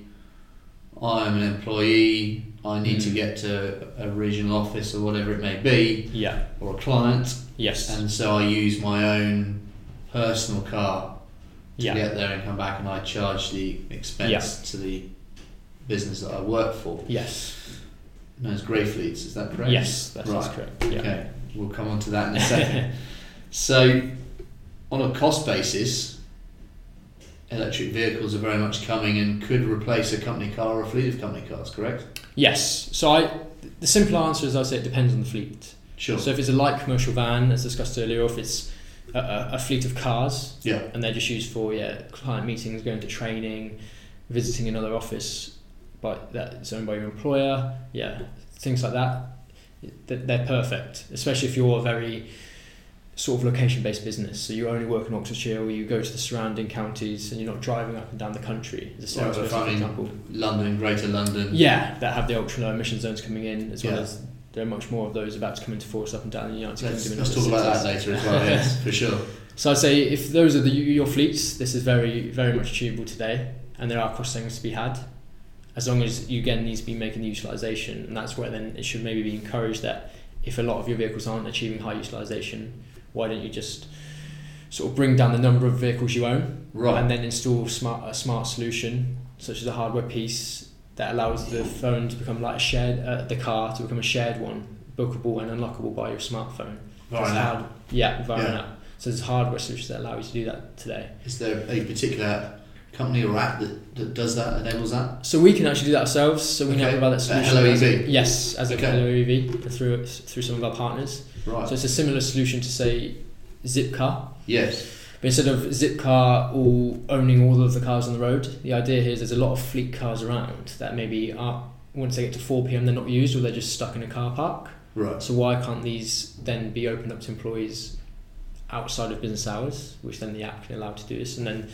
Speaker 2: I'm an employee, I need to
Speaker 1: Mm.
Speaker 2: get to a regional office or whatever it may be,
Speaker 1: yeah,
Speaker 2: or a client,
Speaker 1: yes,
Speaker 2: and so I use my own personal car to
Speaker 1: yeah,
Speaker 2: get there and come back and I charge the expense to the business that I work for.
Speaker 1: yes,
Speaker 2: Known as Grey Fleets, is that correct?
Speaker 1: yes, that's, that's
Speaker 2: Right.
Speaker 1: correct. Yeah.
Speaker 2: Okay, we'll come on to that in a second. so, on a cost basis, electric vehicles are very much coming and could replace a company car or a fleet of company cars, correct?
Speaker 1: Yes. So I, the simple answer is I'd say it depends on the fleet.
Speaker 2: Sure.
Speaker 1: So if it's a light commercial van, as discussed earlier, or if it's a, a, a fleet of cars,
Speaker 2: Yeah.
Speaker 1: and they're just used for yeah client meetings, going to training, visiting another office, but that's owned by your employer, yeah, things like that. Th- They're perfect, especially if you're a very sort of location-based business. So you only work in Oxfordshire, or you go to the surrounding counties, and you're not driving up and down the country. As a
Speaker 2: Right, but
Speaker 1: salesperson,
Speaker 2: I
Speaker 1: for
Speaker 2: mean-
Speaker 1: example.
Speaker 2: London and Greater London.
Speaker 1: Yeah, that have the ultra low emission zones coming in, as well
Speaker 2: Yeah.
Speaker 1: as there are much more of those about to come into force up and down the United
Speaker 2: Let's,
Speaker 1: Kingdom. and
Speaker 2: let's
Speaker 1: other
Speaker 2: talk about that
Speaker 1: cities.
Speaker 2: later as well, yes, for sure.
Speaker 1: So I'd say if those are the, your fleets, this is very, very much achievable today, and there are cost savings to be had. As long as you again needs to be making the utilisation, and that's where then it should maybe be encouraged that if a lot of your vehicles aren't achieving high utilisation, why don't you just sort of bring down the number of vehicles you own
Speaker 2: Right.
Speaker 1: and then install smart a smart solution such as a hardware piece that allows the phone to become like a shared uh, the car to become a shared one, bookable and unlockable by your smartphone.
Speaker 2: Right.
Speaker 1: It's hard- yeah, via an
Speaker 2: Yeah.
Speaker 1: app. So there's hardware solutions that allow you to do that today.
Speaker 2: Is there a particular company or app that, that does that, enables that?
Speaker 1: So we can actually do that ourselves. So we know
Speaker 2: Okay.
Speaker 1: about that
Speaker 2: Uh,
Speaker 1: solution.
Speaker 2: Hello
Speaker 1: as a-
Speaker 2: EV.
Speaker 1: Yes, as a
Speaker 2: Okay.
Speaker 1: Hello EV through through some of our partners.
Speaker 2: Right.
Speaker 1: So it's a similar solution to say Zipcar,
Speaker 2: yes.
Speaker 1: But instead of Zipcar all owning all of the cars on the road, the idea here is there's a lot of fleet cars around that maybe are once they get to 4 p.m. they're not used or they're just stuck in a car park.
Speaker 2: Right.
Speaker 1: So why can't these then be opened up to employees outside of business hours, which then the app can allow to do this, and then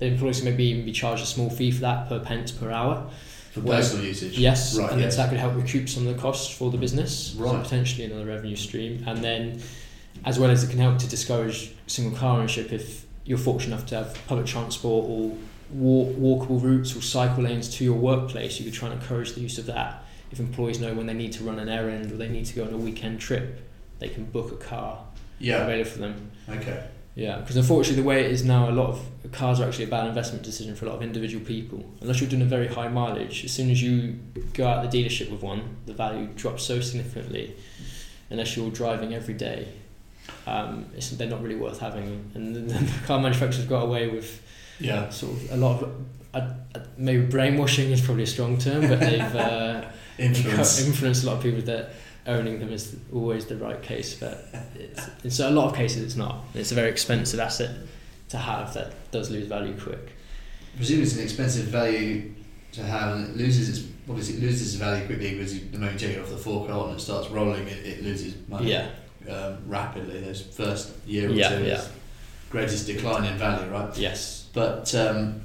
Speaker 1: the employees can maybe even be charged a small fee for that per pence per hour.
Speaker 2: For
Speaker 1: Well,
Speaker 2: personal usage.
Speaker 1: Yes,
Speaker 2: Right.
Speaker 1: and
Speaker 2: yes.
Speaker 1: then that could help recoup some of the costs for the business, so
Speaker 2: Right.
Speaker 1: potentially another revenue stream, and then as well as it can help to discourage single car ownership if you're fortunate enough to have public transport or walk, walkable routes or cycle lanes to your workplace, you could try and encourage the use of that. If employees know when they need to run an errand or they need to go on a weekend trip, they can book a car
Speaker 2: Yeah.
Speaker 1: available for them.
Speaker 2: Okay.
Speaker 1: Yeah, because unfortunately, the way it is now, a lot of cars are actually a bad investment decision for a lot of individual people. Unless you're doing a very high mileage, as soon as you go out the dealership with one, the value drops so significantly. Unless you're driving every day, um, it's, they're not really worth having. And the, the car manufacturers got away with uh,
Speaker 2: Yeah.
Speaker 1: sort of a lot of uh, uh, maybe brainwashing is probably a strong term, but they've uh,
Speaker 2: Influence.
Speaker 1: influenced a lot of people that owning them is always the right case, but it's, in so a lot of cases it's not. It's a very expensive asset to have that does lose value quick.
Speaker 2: Presumably, it's an expensive value to have, and it loses its obviously it loses its value quickly because you, the moment you take it off the forecourt and it starts rolling, it, it loses money
Speaker 1: Yeah,
Speaker 2: um, rapidly. Those first year or
Speaker 1: Yeah,
Speaker 2: two,
Speaker 1: yeah.
Speaker 2: is greatest decline in value, right?
Speaker 1: yes.
Speaker 2: But um,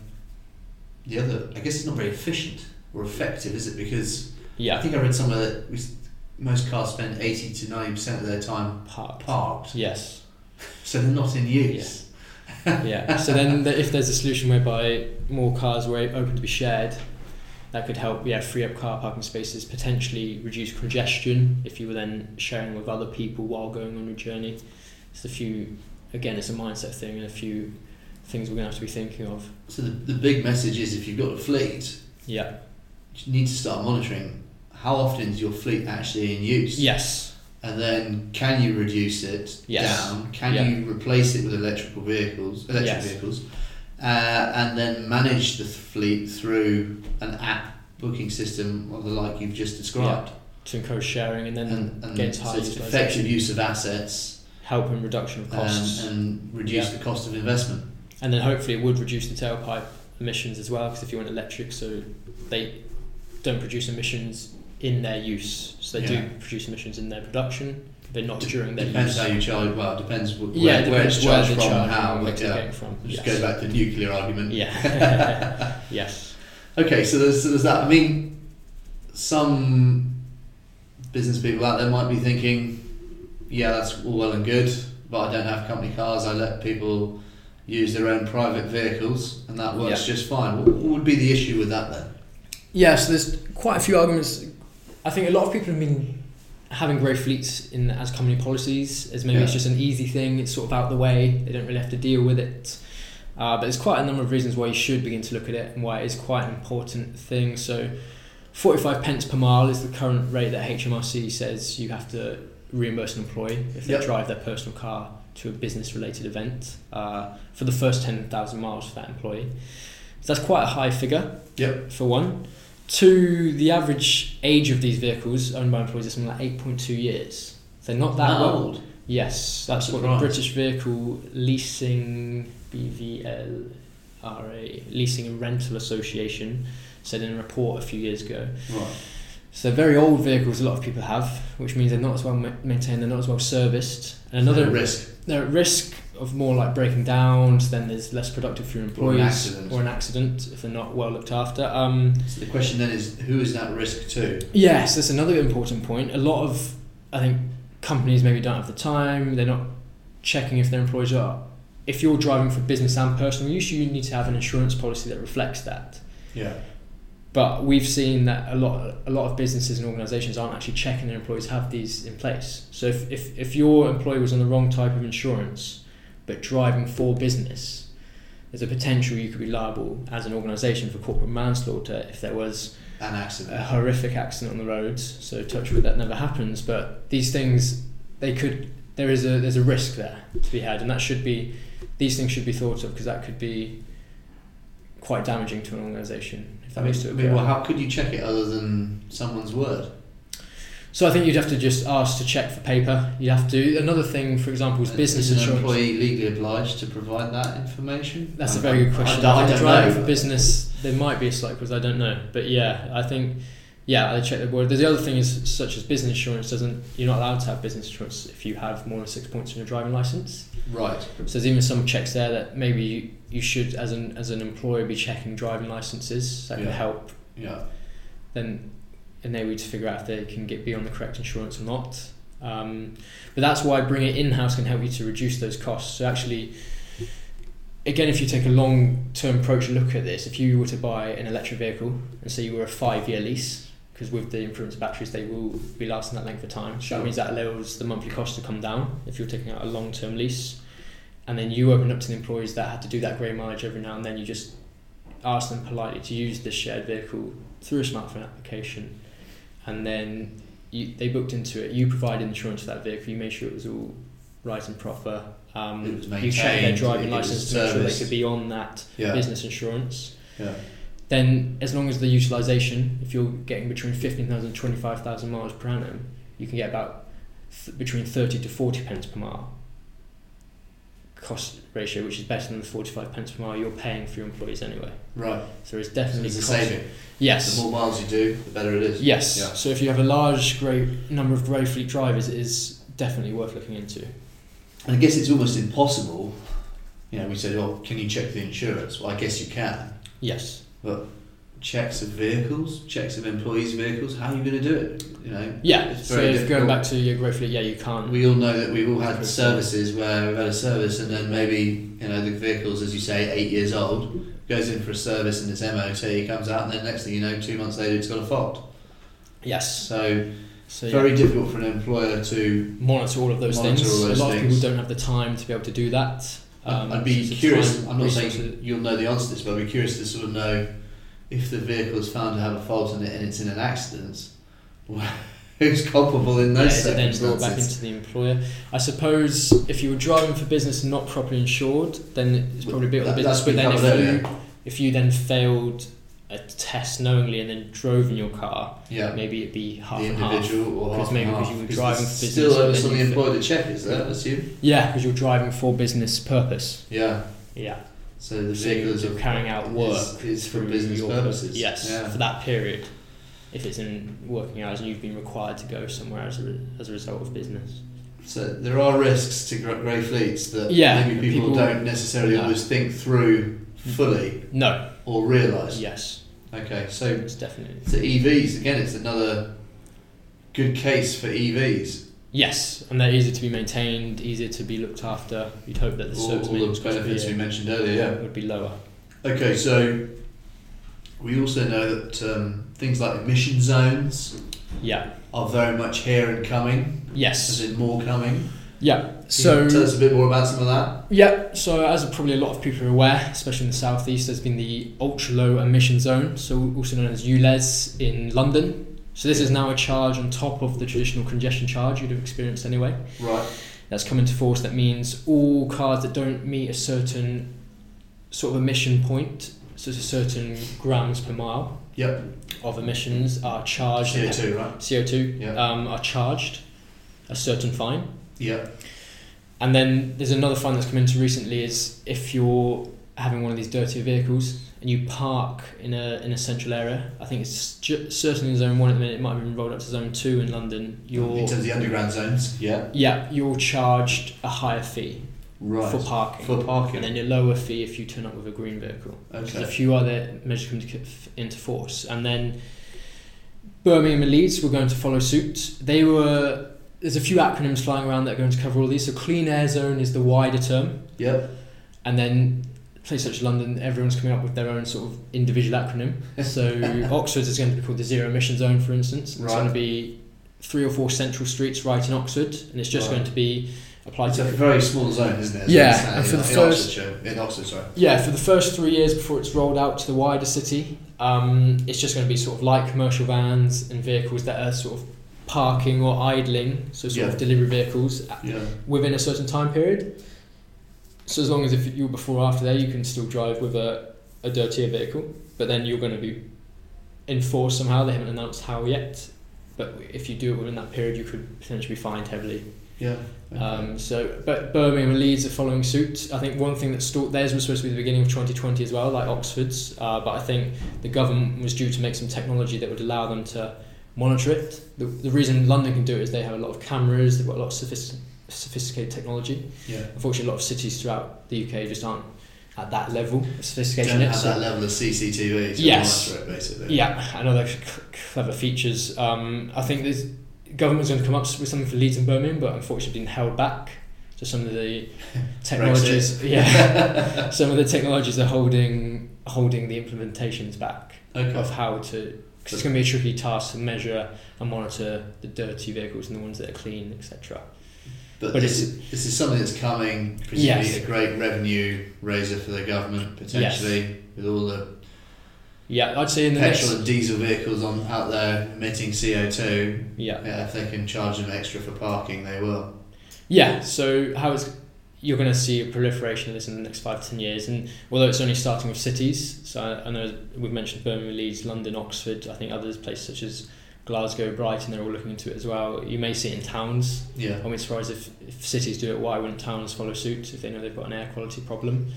Speaker 2: the other, I guess, it's not very efficient. or effective, is it? Because I
Speaker 1: Yeah,
Speaker 2: think I read somewhere that we, s- most cars spend 80 to 90% of their time
Speaker 1: parked.
Speaker 2: parked,
Speaker 1: Yes.
Speaker 2: so they're not in use.
Speaker 1: Yeah. So then, the, if there's a solution whereby more cars were open to be shared, that could help. Yeah, free up car parking spaces, potentially reduce congestion if you were then sharing with other people while going on your journey. It's a few. Again, it's a mindset thing and a few things we're gonna have to be thinking of.
Speaker 2: So the, the big message is if you've got a fleet,
Speaker 1: Yeah.
Speaker 2: you need to start monitoring how often is your fleet actually in use.
Speaker 1: Yes.
Speaker 2: And then can you reduce it
Speaker 1: Yes.
Speaker 2: down? Can
Speaker 1: Yeah.
Speaker 2: you replace it with electrical vehicles? Electric
Speaker 1: Yes.
Speaker 2: vehicles, uh, and then manage the th- fleet through an app booking system or the like you've just described.
Speaker 1: To encourage sharing and then
Speaker 2: And, and
Speaker 1: get
Speaker 2: so
Speaker 1: high
Speaker 2: it's
Speaker 1: utilisation.
Speaker 2: effective use of assets
Speaker 1: help in reduction of
Speaker 2: um,
Speaker 1: costs.
Speaker 2: and reduce
Speaker 1: Yeah.
Speaker 2: the cost of investment.
Speaker 1: And then hopefully it would reduce the tailpipe emissions as well, because if you want electric, so they don't produce emissions in their use. So they
Speaker 2: Yeah.
Speaker 1: do produce emissions in their production, but not during their
Speaker 2: Depends
Speaker 1: use.
Speaker 2: how you charge. Well, it depends wh- where,
Speaker 1: yeah, it
Speaker 2: where
Speaker 1: depends
Speaker 2: it's charged
Speaker 1: where
Speaker 2: from,
Speaker 1: they're
Speaker 2: and
Speaker 1: charging
Speaker 2: how.
Speaker 1: and where
Speaker 2: But,
Speaker 1: they're
Speaker 2: yeah.
Speaker 1: getting from.
Speaker 2: Just
Speaker 1: Yes.
Speaker 2: go back to the nuclear argument.
Speaker 1: Yeah. yes.
Speaker 2: Okay, so there's, so there's that. I mean, some business people out there might be thinking, yeah, that's all well and good, but I don't have company cars. I let people use their own private vehicles, and that works just fine. What, what would be the issue with that then?
Speaker 1: Yeah, so there's quite a few arguments. I think a lot of people have been having grey fleets in as company policies as maybe it's
Speaker 2: Yeah.
Speaker 1: just an easy thing. It's sort of out the way. They don't really have to deal with it. Uh, but there's quite a number of reasons why you should begin to look at it and why it is quite an important thing. So, 45 pence per mile is the current rate that HMRC says you have to reimburse an employee if they
Speaker 2: Yep.
Speaker 1: drive their personal car to a business related event uh, for the first 10,000 miles for that employee. So, that's quite a high figure
Speaker 2: Yep.
Speaker 1: for one. Two, the average age of these vehicles owned by employees is something like 8.2 years. So, they're not that
Speaker 2: Not
Speaker 1: old. Yes, that's
Speaker 2: That's
Speaker 1: what
Speaker 2: right.
Speaker 1: the British Vehicle Leasing BVLRA Leasing and Rental Association said in a report a few years ago.
Speaker 2: Right.
Speaker 1: So very old vehicles a lot of people have, which means they're not as well ma- maintained, they're not as well serviced. And
Speaker 2: Another
Speaker 1: another
Speaker 2: risk.
Speaker 1: they're at risk of more like breaking down, so then there's less productive for your
Speaker 2: Or an
Speaker 1: employees
Speaker 2: accident.
Speaker 1: or an accident if they're not well looked after. Um,
Speaker 2: So the question then is, who is that risk to?
Speaker 1: Yes, that's another important point. A lot of, I think, companies maybe don't have the time. They're not checking if their employees are. If you're driving for business and personal use, you need to have an insurance policy that reflects that.
Speaker 2: Yeah.
Speaker 1: But we've seen that a lot, a lot of businesses and organisations aren't actually checking their employees have these in place. So if, if, if your employee was on the wrong type of insurance, but driving for business, there's a potential you could be liable as an organisation for corporate manslaughter if there was
Speaker 2: An
Speaker 1: a
Speaker 2: accident.
Speaker 1: horrific accident on the roads. So touch wood that never happens. But these things, they could there is a there's a risk there to be had, and that should be these things should be thought of because that could be quite damaging to an organisation if that
Speaker 2: I mean,
Speaker 1: was to
Speaker 2: I
Speaker 1: occur.
Speaker 2: mean, well, how could you check it other than someone's word?
Speaker 1: so I think you'd have to just ask to check for paper. You'd have to another thing, for example, is business
Speaker 2: is an
Speaker 1: insurance.
Speaker 2: employee legally obliged to provide that information?
Speaker 1: That's a
Speaker 2: Um,
Speaker 1: very good
Speaker 2: I-
Speaker 1: question.
Speaker 2: I, don't
Speaker 1: driving
Speaker 2: know.
Speaker 1: for business, there might be a slight because I don't know. But yeah, I think yeah, I check the board. The other thing is such as business insurance doesn't you're not allowed to have business insurance if you have more than six points on your driving license.
Speaker 2: Right.
Speaker 1: So there's even some checks there that maybe you, you should as an as an employer be checking driving licenses that
Speaker 2: Yeah.
Speaker 1: can help
Speaker 2: Yeah.
Speaker 1: then enable you to figure out if they can get be on the correct insurance or not. Um, but that's why bringing it in house can help you to reduce those costs. So actually, again, if you take a long term approach and look at this, if you were to buy an electric vehicle and say you were a five year lease, because with the improvements of batteries, they will be lasting that length of time. So
Speaker 2: Sure.
Speaker 1: that means that allows the monthly cost to come down if you're taking out a long term lease. And then you open up to the employees that had to do that grey mileage every now and then. You just ask them politely to use this shared vehicle through a smartphone application, and then you, they booked into it. You provided insurance for that vehicle. You made sure it was all right and proper. Um,
Speaker 2: It was
Speaker 1: you checked their
Speaker 2: maintained,
Speaker 1: driving
Speaker 2: it was
Speaker 1: license to make sure they
Speaker 2: serviced.
Speaker 1: could be on that
Speaker 2: Yeah.
Speaker 1: business insurance.
Speaker 2: Yeah.
Speaker 1: Then, as long as the utilization, if you're getting between fifteen thousand and twenty five thousand miles per annum, you can get about th- between thirty to forty pence per mile. Cost ratio, which is better than the forty five pence per mile you're paying for your employees anyway.
Speaker 2: Right.
Speaker 1: So it's
Speaker 2: So
Speaker 1: definitely
Speaker 2: it's a
Speaker 1: cost-
Speaker 2: saving.
Speaker 1: Yes.
Speaker 2: The more miles you do, the better it is.
Speaker 1: Yes.
Speaker 2: Yeah.
Speaker 1: So if you have a large grey number of grey fleet drivers, it is definitely worth looking into.
Speaker 2: And I guess it's almost impossible. You know, we said, "Oh, can you check the insurance?" Well, I guess you can,
Speaker 1: Yes.
Speaker 2: checks of vehicles, checks of employees' vehicles. How are you going to do it? You know,
Speaker 1: Yeah,
Speaker 2: It's
Speaker 1: so
Speaker 2: very
Speaker 1: if going
Speaker 2: difficult.
Speaker 1: back to your growth fleet, yeah, you can't.
Speaker 2: we all know that we've all had services where we've had a service and then maybe you know the vehicle's as you say eight years old goes in for a service and it's MOT comes out and then next thing you know two months later it's got a fault
Speaker 1: yes,
Speaker 2: so
Speaker 1: so yeah,
Speaker 2: very difficult for an employer to
Speaker 1: monitor all of those
Speaker 2: monitor
Speaker 1: things.
Speaker 2: all those
Speaker 1: a lot of
Speaker 2: things.
Speaker 1: people don't have the time to be able to do that.
Speaker 2: uh, I'd
Speaker 1: so
Speaker 2: be
Speaker 1: Um, it's
Speaker 2: curious
Speaker 1: time,
Speaker 2: I'm not saying
Speaker 1: resources.
Speaker 2: you'll know the answer to this but I'd be curious to sort of know if the vehicle's found to have a fault in it and it's in an accident who's culpable in
Speaker 1: Yeah,
Speaker 2: those
Speaker 1: is it then brought
Speaker 2: circumstances
Speaker 1: back into the employer? I suppose if you were driving for business and not properly insured, then it's probably a bit of the
Speaker 2: That-
Speaker 1: business.
Speaker 2: that's
Speaker 1: But
Speaker 2: been
Speaker 1: then if
Speaker 2: covered
Speaker 1: you,
Speaker 2: earlier.
Speaker 1: if you then failed a test knowingly and then drove in your car,
Speaker 2: yeah
Speaker 1: maybe it'd be half
Speaker 2: the
Speaker 1: and half.
Speaker 2: individual or half
Speaker 1: Because maybe
Speaker 2: and
Speaker 1: because
Speaker 2: half.
Speaker 1: you were
Speaker 2: 'Cause
Speaker 1: driving
Speaker 2: there's
Speaker 1: for business,
Speaker 2: Still
Speaker 1: but
Speaker 2: over
Speaker 1: then
Speaker 2: something
Speaker 1: you-
Speaker 2: employed to check, is there? I assume.
Speaker 1: Yeah, because you're driving for business purpose.
Speaker 2: Yeah.
Speaker 1: Yeah,
Speaker 2: So the
Speaker 1: So
Speaker 2: vehicle is
Speaker 1: you're carrying out work
Speaker 2: is, is for
Speaker 1: through
Speaker 2: business
Speaker 1: your-
Speaker 2: purposes.
Speaker 1: Yes,
Speaker 2: Yeah.
Speaker 1: for that period. If it's in working hours and you've been required to go somewhere as a, re- as a result of business.
Speaker 2: So there are risks to gr- grey fleets that
Speaker 1: Yeah,
Speaker 2: maybe people,
Speaker 1: people-
Speaker 2: don't necessarily
Speaker 1: No.
Speaker 2: always think through fully
Speaker 1: No,
Speaker 2: or realise.
Speaker 1: yes,
Speaker 2: Okay. So
Speaker 1: it's definitely.
Speaker 2: to EVs again, it's another good case for E EVs.
Speaker 1: Yes, and they're easier to be maintained, easier to be looked after. You'd hope that the
Speaker 2: All,
Speaker 1: service
Speaker 2: all
Speaker 1: maintenance
Speaker 2: the
Speaker 1: cost would be-
Speaker 2: benefits we mentioned earlier. Yeah.
Speaker 1: would be lower.
Speaker 2: Okay, so we also know that um, things like emission zones
Speaker 1: Yeah.
Speaker 2: are very much here and coming, as
Speaker 1: Yes.
Speaker 2: in more coming.
Speaker 1: Yeah.
Speaker 2: Can
Speaker 1: So
Speaker 2: you tell us a bit more about some of that.
Speaker 1: yeah. So as probably a lot of people are aware, especially in the southeast, there's been the ultra low emission zone, so also known as ULEZ in London. So this is now a charge on top of the traditional congestion charge you'd have experienced anyway.
Speaker 2: Right.
Speaker 1: that's come into force that means all cars that don't meet a certain sort of emission point, so it's a certain grams per mile
Speaker 2: Yep.
Speaker 1: of emissions are charged.
Speaker 2: CO two, right?
Speaker 1: CO2
Speaker 2: Yeah.
Speaker 1: um, are charged a certain fine.
Speaker 2: Yep.
Speaker 1: And then there's another fine that's come into recently is if you're having one of these dirtier vehicles and you park in a in a central area, I think it's ju- certainly in zone one at the minute, it might have been rolled up to zone two in London,
Speaker 2: in
Speaker 1: you're,
Speaker 2: terms of the underground zones. Yeah.
Speaker 1: yeah, you're charged a higher fee
Speaker 2: Right.
Speaker 1: for parking.
Speaker 2: For
Speaker 1: and
Speaker 2: parking.
Speaker 1: then your lower fee if you turn up with a green vehicle. There's a
Speaker 2: Okay.
Speaker 1: few other measures come to- into force, and then Birmingham and Leeds were going to follow suit. They were there's a few acronyms flying around that are going to cover all these. So clean air zone is the wider term,
Speaker 2: Yep.
Speaker 1: and then places such as London, everyone's coming up with their own sort of individual acronym. So Oxford is going to be called the zero emission zone, for instance. It's going to
Speaker 2: Right.
Speaker 1: be three or four central streets right in Oxford, and it's just
Speaker 2: Right.
Speaker 1: going to be applied
Speaker 2: It's a
Speaker 1: to
Speaker 2: very small zone, isn't it? As
Speaker 1: Yeah,
Speaker 2: it's saying,
Speaker 1: and for
Speaker 2: in-
Speaker 1: the
Speaker 2: in
Speaker 1: first-
Speaker 2: Oxfordshire, in Oxford, sorry.
Speaker 1: Yeah, for the first three years before it's rolled out to the wider city, um, it's just going to be sort of light commercial vans and vehicles that are sort of parking or idling, so sort of
Speaker 2: Yeah.
Speaker 1: delivery vehicles uh,
Speaker 2: Yeah.
Speaker 1: within a certain time period. So as long as if you were before or after there, you can still drive with a, a dirtier vehicle, but then you're going to be enforced somehow. They haven't announced how yet, but if you do it within that period, you could potentially be fined heavily.
Speaker 2: Yeah. Okay.
Speaker 1: Um, so, but Birmingham and Leeds are following suit. I think one thing that stalked theirs was supposed to be the beginning of 2020 as well, like Oxford's. Uh, but I think the government was due to make some technology that would allow them to monitor it. The, the reason London can do it is they have a lot of cameras. They've got a lot of sophist- sophisticated technology.
Speaker 2: yeah.
Speaker 1: Unfortunately, a lot of cities throughout the UK just aren't at that level of sophistication.
Speaker 2: Don't
Speaker 1: yet,
Speaker 2: have
Speaker 1: so-
Speaker 2: that level of CCTV to
Speaker 1: Yes.
Speaker 2: monitor it, basically.
Speaker 1: yeah, and other c- clever features. Um, I think there's government's going to come up with something for Leeds and Birmingham, but unfortunately been held back. So some of the technologies, yeah, some of the technologies are holding holding the implementations back of
Speaker 2: Okay.
Speaker 1: how to. Cause it's going to be a tricky task to measure and monitor the dirty vehicles and the ones that are clean, etc.
Speaker 2: But,
Speaker 1: But
Speaker 2: this, is, this is something that's coming, presumably
Speaker 1: Yes.
Speaker 2: a great revenue raiser for the government, potentially, with all the
Speaker 1: Yeah, I'd say in the
Speaker 2: petrol
Speaker 1: next.
Speaker 2: and diesel vehicles on out there emitting CO2.
Speaker 1: Yeah,
Speaker 2: Yeah, if they can charge them extra for parking, they will.
Speaker 1: Yeah, so how it's you're going to see a proliferation of this in the next five to ten years, and although it's only starting with cities, so I, I know we've mentioned Birmingham, Leeds, London, Oxford. I think others places such as Glasgow, Brighton, they're all looking into it as well. You may see it in towns. I
Speaker 2: Yeah.
Speaker 1: wouldn't be surprised if, if cities do it. Why wouldn't towns follow suit if they know they've got an air quality problem?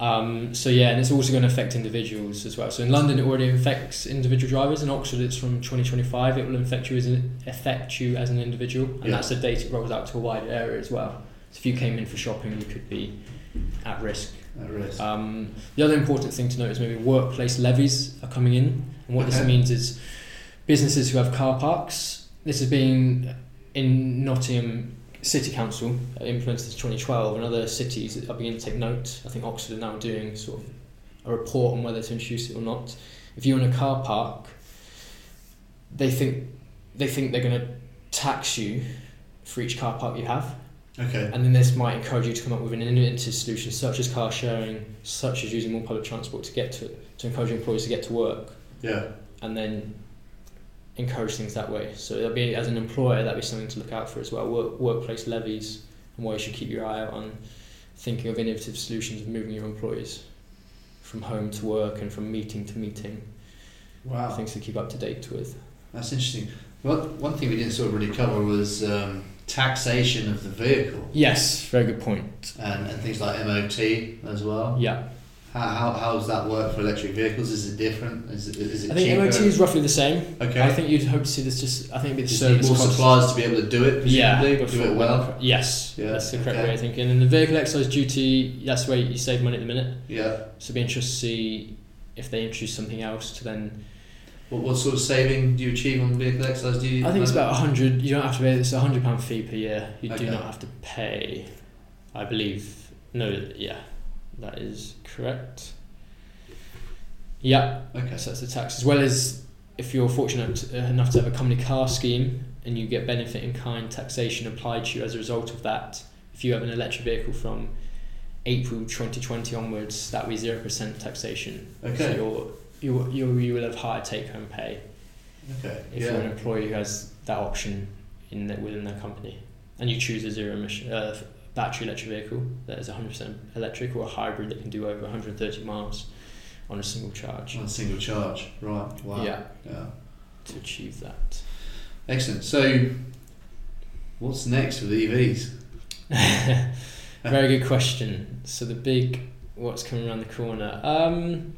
Speaker 1: Um, so yeah, and it's also going to affect individuals as well. So in London, it already affects individual drivers. In Oxford, it's from twenty twenty five. It will affect you as an affect you as an individual, and
Speaker 2: Yeah.
Speaker 1: that's the date it rolls out to a wider area as well. So if you came in for shopping, you could be at risk.
Speaker 2: At risk.
Speaker 1: Um, the other important thing to note is maybe workplace levies are coming in, and what this
Speaker 2: Okay.
Speaker 1: means is businesses who have car parks. This has been in Nottingham City Council uh, implemented in 2012, and other cities are beginning to take note. I think Oxford are now doing sort of a report on whether to introduce it or not. If you own a car park, they think they think they're going to tax you for each car park you have.
Speaker 2: Okay.
Speaker 1: And then this might encourage you to come up with an innovative solution, such as car sharing, such as using more public transport to get to to encourage employees to get to work,
Speaker 2: Yeah.
Speaker 1: and then encourage things that way. So that'd be as an employer, that'd be something to look out for as well. Work, workplace levies and why you should keep your eye out on thinking of innovative solutions of moving your employees from home to work and from meeting to meeting.
Speaker 2: Wow.
Speaker 1: Things to keep up to date with.
Speaker 2: That's interesting. Well, one thing we didn't sort of really cover was um, taxation of the vehicle
Speaker 1: Yes, very good point.
Speaker 2: and, and things like MOT as well.
Speaker 1: Yeah.
Speaker 2: How, how, how does that work for electric vehicles? Is it different? Is it, is it
Speaker 1: I think
Speaker 2: cheaper?
Speaker 1: MOT is roughly the same.
Speaker 2: okay.
Speaker 1: I think you'd hope to see this just, I think it'd be the
Speaker 2: Just need
Speaker 1: service
Speaker 2: more
Speaker 1: cost.
Speaker 2: suppliers to be able to do it,
Speaker 1: Yeah,
Speaker 2: presumably,
Speaker 1: but
Speaker 2: do
Speaker 1: for-
Speaker 2: it well.
Speaker 1: Yes,
Speaker 2: Yeah,
Speaker 1: that's the correct
Speaker 2: okay.
Speaker 1: way of thinking. And the vehicle excise duty, that's where you save money at the minute.
Speaker 2: Yeah.
Speaker 1: So it'd be interesting to see if they introduce something else to then.
Speaker 2: What, what sort of saving do you achieve on vehicle excise duty?
Speaker 1: I think it's about 100, you don't have to pay, it's a £100 fee per year. You
Speaker 2: Okay.
Speaker 1: do not have to pay, I believe. No, yeah, that is correct. Yeah,
Speaker 2: Okay.
Speaker 1: So that's the tax, as well as if you're fortunate uh, enough to have a company car scheme and you get benefit in kind taxation applied to you as a result of that. If you have an electric vehicle from April 2020 onwards, that will be zero percent taxation. So
Speaker 2: Okay.
Speaker 1: you're, you you you will have higher take home pay
Speaker 2: Okay.
Speaker 1: if
Speaker 2: yeah.
Speaker 1: you're an employee who has that option in the, within their company, and you choose a zero emission uh, battery electric vehicle that is 100% electric or a hybrid that can do over 130 miles on a single charge.
Speaker 2: On a single charge. Right. Wow.
Speaker 1: Yeah.
Speaker 2: Yeah.
Speaker 1: to achieve that.
Speaker 2: Excellent. So, what's next with E EVs?
Speaker 1: Very good question. So the big what's coming around the corner. Um,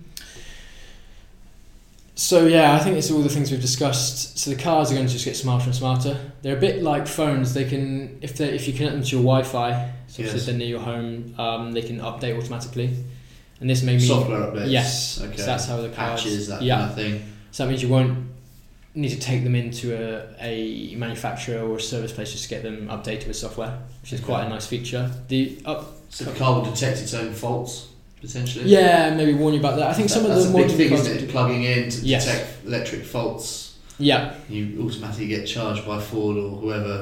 Speaker 1: so yeah, I think it's all the things we've discussed. So the cars are going to just get smarter and smarter. They're a bit like phones. They can if they if you connect them to your Wi-Fi, so
Speaker 2: Yes.
Speaker 1: if they're near your home, um, they can update automatically. And this may mean
Speaker 2: Software updates.
Speaker 1: yes,
Speaker 2: Okay.
Speaker 1: so that's how the cars
Speaker 2: Patches, that
Speaker 1: yeah,
Speaker 2: kind of thing.
Speaker 1: So that means you won't need to take them into a, a manufacturer or a service place just to get them updated with software, which is quite a nice feature. The oh, up,
Speaker 2: So the car will detect its own faults potentially.
Speaker 1: yeah, maybe warn you about that. I think some
Speaker 2: That-
Speaker 1: of
Speaker 2: that's
Speaker 1: the
Speaker 2: a big
Speaker 1: modern
Speaker 2: thing,
Speaker 1: cars
Speaker 2: isn't it?
Speaker 1: do-
Speaker 2: Plugging in to
Speaker 1: Yes.
Speaker 2: detect electric faults.
Speaker 1: yeah,
Speaker 2: You automatically get charged by Ford or whoever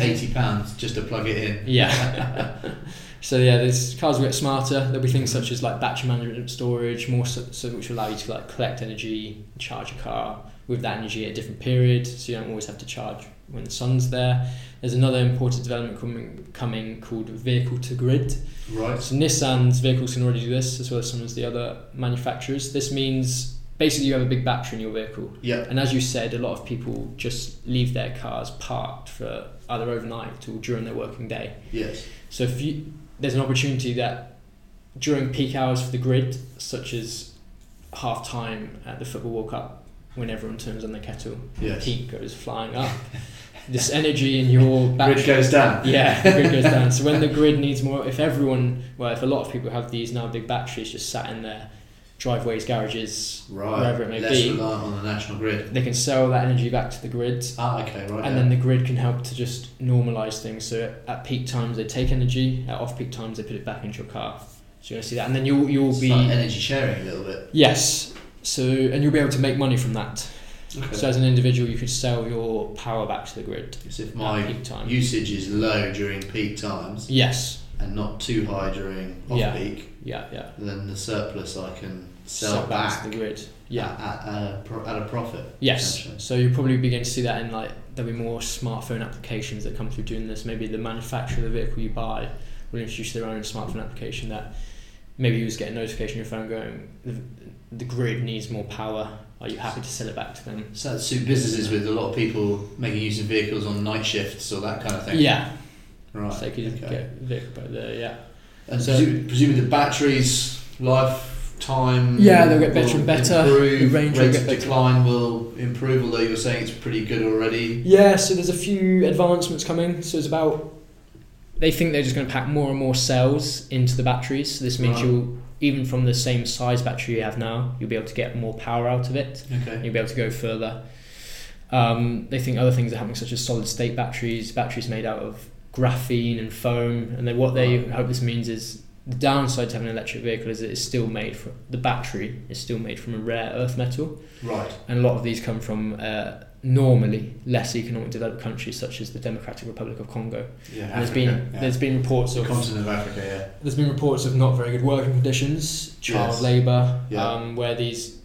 Speaker 2: eighty pounds just to plug it in.
Speaker 1: yeah. so yeah, these cars will get smarter. There'll be things such as like battery management, storage, more so, so which will allow you to like collect energy, charge your car with that energy at a different period, so you don't always have to charge when the sun's there. There's another important development coming coming called vehicle to grid.
Speaker 2: Right.
Speaker 1: So Nissan's vehicles can already do this, as well as some of the other manufacturers. This means basically you have a big battery in your vehicle,
Speaker 2: Yeah.
Speaker 1: and as you said, a lot of people just leave their cars parked for either overnight or during their working day.
Speaker 2: Yes.
Speaker 1: So if you, there's an opportunity that during peak hours for the grid, such as half time at the football World Cup, when everyone turns on the kettle,
Speaker 2: Yes.
Speaker 1: heat goes flying up. this energy in your battery
Speaker 2: Grid goes down.
Speaker 1: yeah, the grid goes down. So when the grid needs more, if everyone, well, if a lot of people have these now, big batteries just sat in their driveways, garages,
Speaker 2: Right.
Speaker 1: Wherever it may
Speaker 2: Less
Speaker 1: be.
Speaker 2: reliant on the national grid.
Speaker 1: they can sell that energy back to the grid,
Speaker 2: Ah, okay, right.
Speaker 1: and then the grid can help to just normalise things. So at peak times they take energy, at off peak times they put it back into your car. So you're gonna see that, and then you'll you'll
Speaker 2: it's
Speaker 1: be
Speaker 2: like energy sharing a little bit.
Speaker 1: yes. So and you'll be able to make money from that.
Speaker 2: Okay.
Speaker 1: So as an individual, you could sell your power back to the grid
Speaker 2: So if
Speaker 1: at
Speaker 2: my
Speaker 1: peak time.
Speaker 2: usage is low during peak times
Speaker 1: yes.
Speaker 2: and not too high during off
Speaker 1: Yeah.
Speaker 2: peak,
Speaker 1: Yeah. Yeah.
Speaker 2: then the surplus I can sell
Speaker 1: back
Speaker 2: back
Speaker 1: to the grid. Yeah.
Speaker 2: at, at, at, a, pro- at a profit.
Speaker 1: Yes.
Speaker 2: Essentially.
Speaker 1: So you'll probably begin to see that in like there'll be more smartphone applications that come through doing this. Maybe the manufacturer of the vehicle you buy will introduce their own smartphone application that maybe you just get a notification on your phone going the, the grid needs more power. Are you happy to sell it back to them?
Speaker 2: So that suit businesses with a lot of people making use of vehicles on night shifts or that kind of thing.
Speaker 1: Yeah.
Speaker 2: Right.
Speaker 1: So they could
Speaker 2: okay.
Speaker 1: get vehicle but the yeah.
Speaker 2: And
Speaker 1: So-
Speaker 2: presu- presumably the batteries lifetime.
Speaker 1: Yeah, they'll get better
Speaker 2: will
Speaker 1: and better.
Speaker 2: Improve,
Speaker 1: The range will
Speaker 2: rate
Speaker 1: get
Speaker 2: of
Speaker 1: better.
Speaker 2: decline will improve, although you're saying it's pretty good already.
Speaker 1: Yeah, so there's a few advancements coming. So there's about they think they're just going to pack more and more cells into the batteries. So this means
Speaker 2: Right.
Speaker 1: you'll even from the same size battery you have now, you'll be able to get more power out of it. and
Speaker 2: Okay.
Speaker 1: You'll be able to go further. Um, they think other things are happening, such as solid state batteries, batteries made out of graphene and foam. And they, what they
Speaker 2: Right.
Speaker 1: hope this means is the downside to having an electric vehicle is that it's still made from the battery is still made from a rare earth metal
Speaker 2: Right.
Speaker 1: and a lot of these come from uh, normally less economic developed countries such as the Democratic Republic of Congo.
Speaker 2: Yeah.
Speaker 1: And there's
Speaker 2: Africa,
Speaker 1: been
Speaker 2: yeah.
Speaker 1: there's been reports
Speaker 2: the
Speaker 1: of
Speaker 2: continent of Africa. Yeah.
Speaker 1: there's been reports of not very good working conditions, child
Speaker 2: Yes.
Speaker 1: labour,
Speaker 2: Yeah.
Speaker 1: um, where these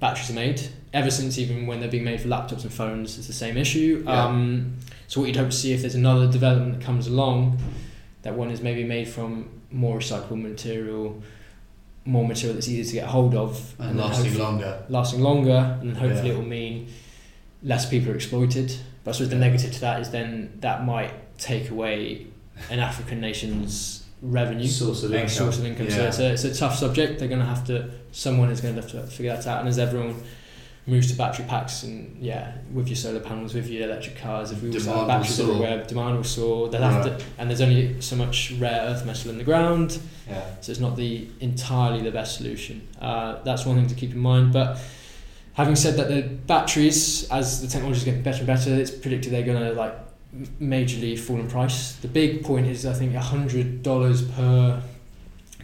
Speaker 1: batteries are made. Ever since even when they're being made for laptops and phones, it's the same issue.
Speaker 2: Yeah.
Speaker 1: Um, so what you'd hope to see if there's another development that comes along, that one is maybe made from more recyclable material, more material that's easier to get hold of,
Speaker 2: And,
Speaker 1: then
Speaker 2: lasting
Speaker 1: hopefully-
Speaker 2: longer.
Speaker 1: lasting longer, and then hopefully
Speaker 2: Yeah.
Speaker 1: it will mean less people are exploited. But I suppose the negative to that is then that might take away an African nation's revenue,
Speaker 2: Source of
Speaker 1: uh,
Speaker 2: income.
Speaker 1: source of income.
Speaker 2: Yeah.
Speaker 1: So it's a, it's a tough subject. They're going to have to, someone is going to have to figure that out. And as everyone moves to battery packs and yeah, with your solar panels, with your electric cars, if we all
Speaker 2: Demand will
Speaker 1: sell batteries
Speaker 2: soar.
Speaker 1: everywhere, demand will soar. They'll have to, and there's only so much rare earth metal in the ground.
Speaker 2: Yeah.
Speaker 1: So it's not the entirely the best solution. Uh, that's one thing to keep in mind. But having said that, the batteries, as the technology is getting better and better, it's predicted they're going to like m- majorly fall in price. The big point is I think hundred dollars per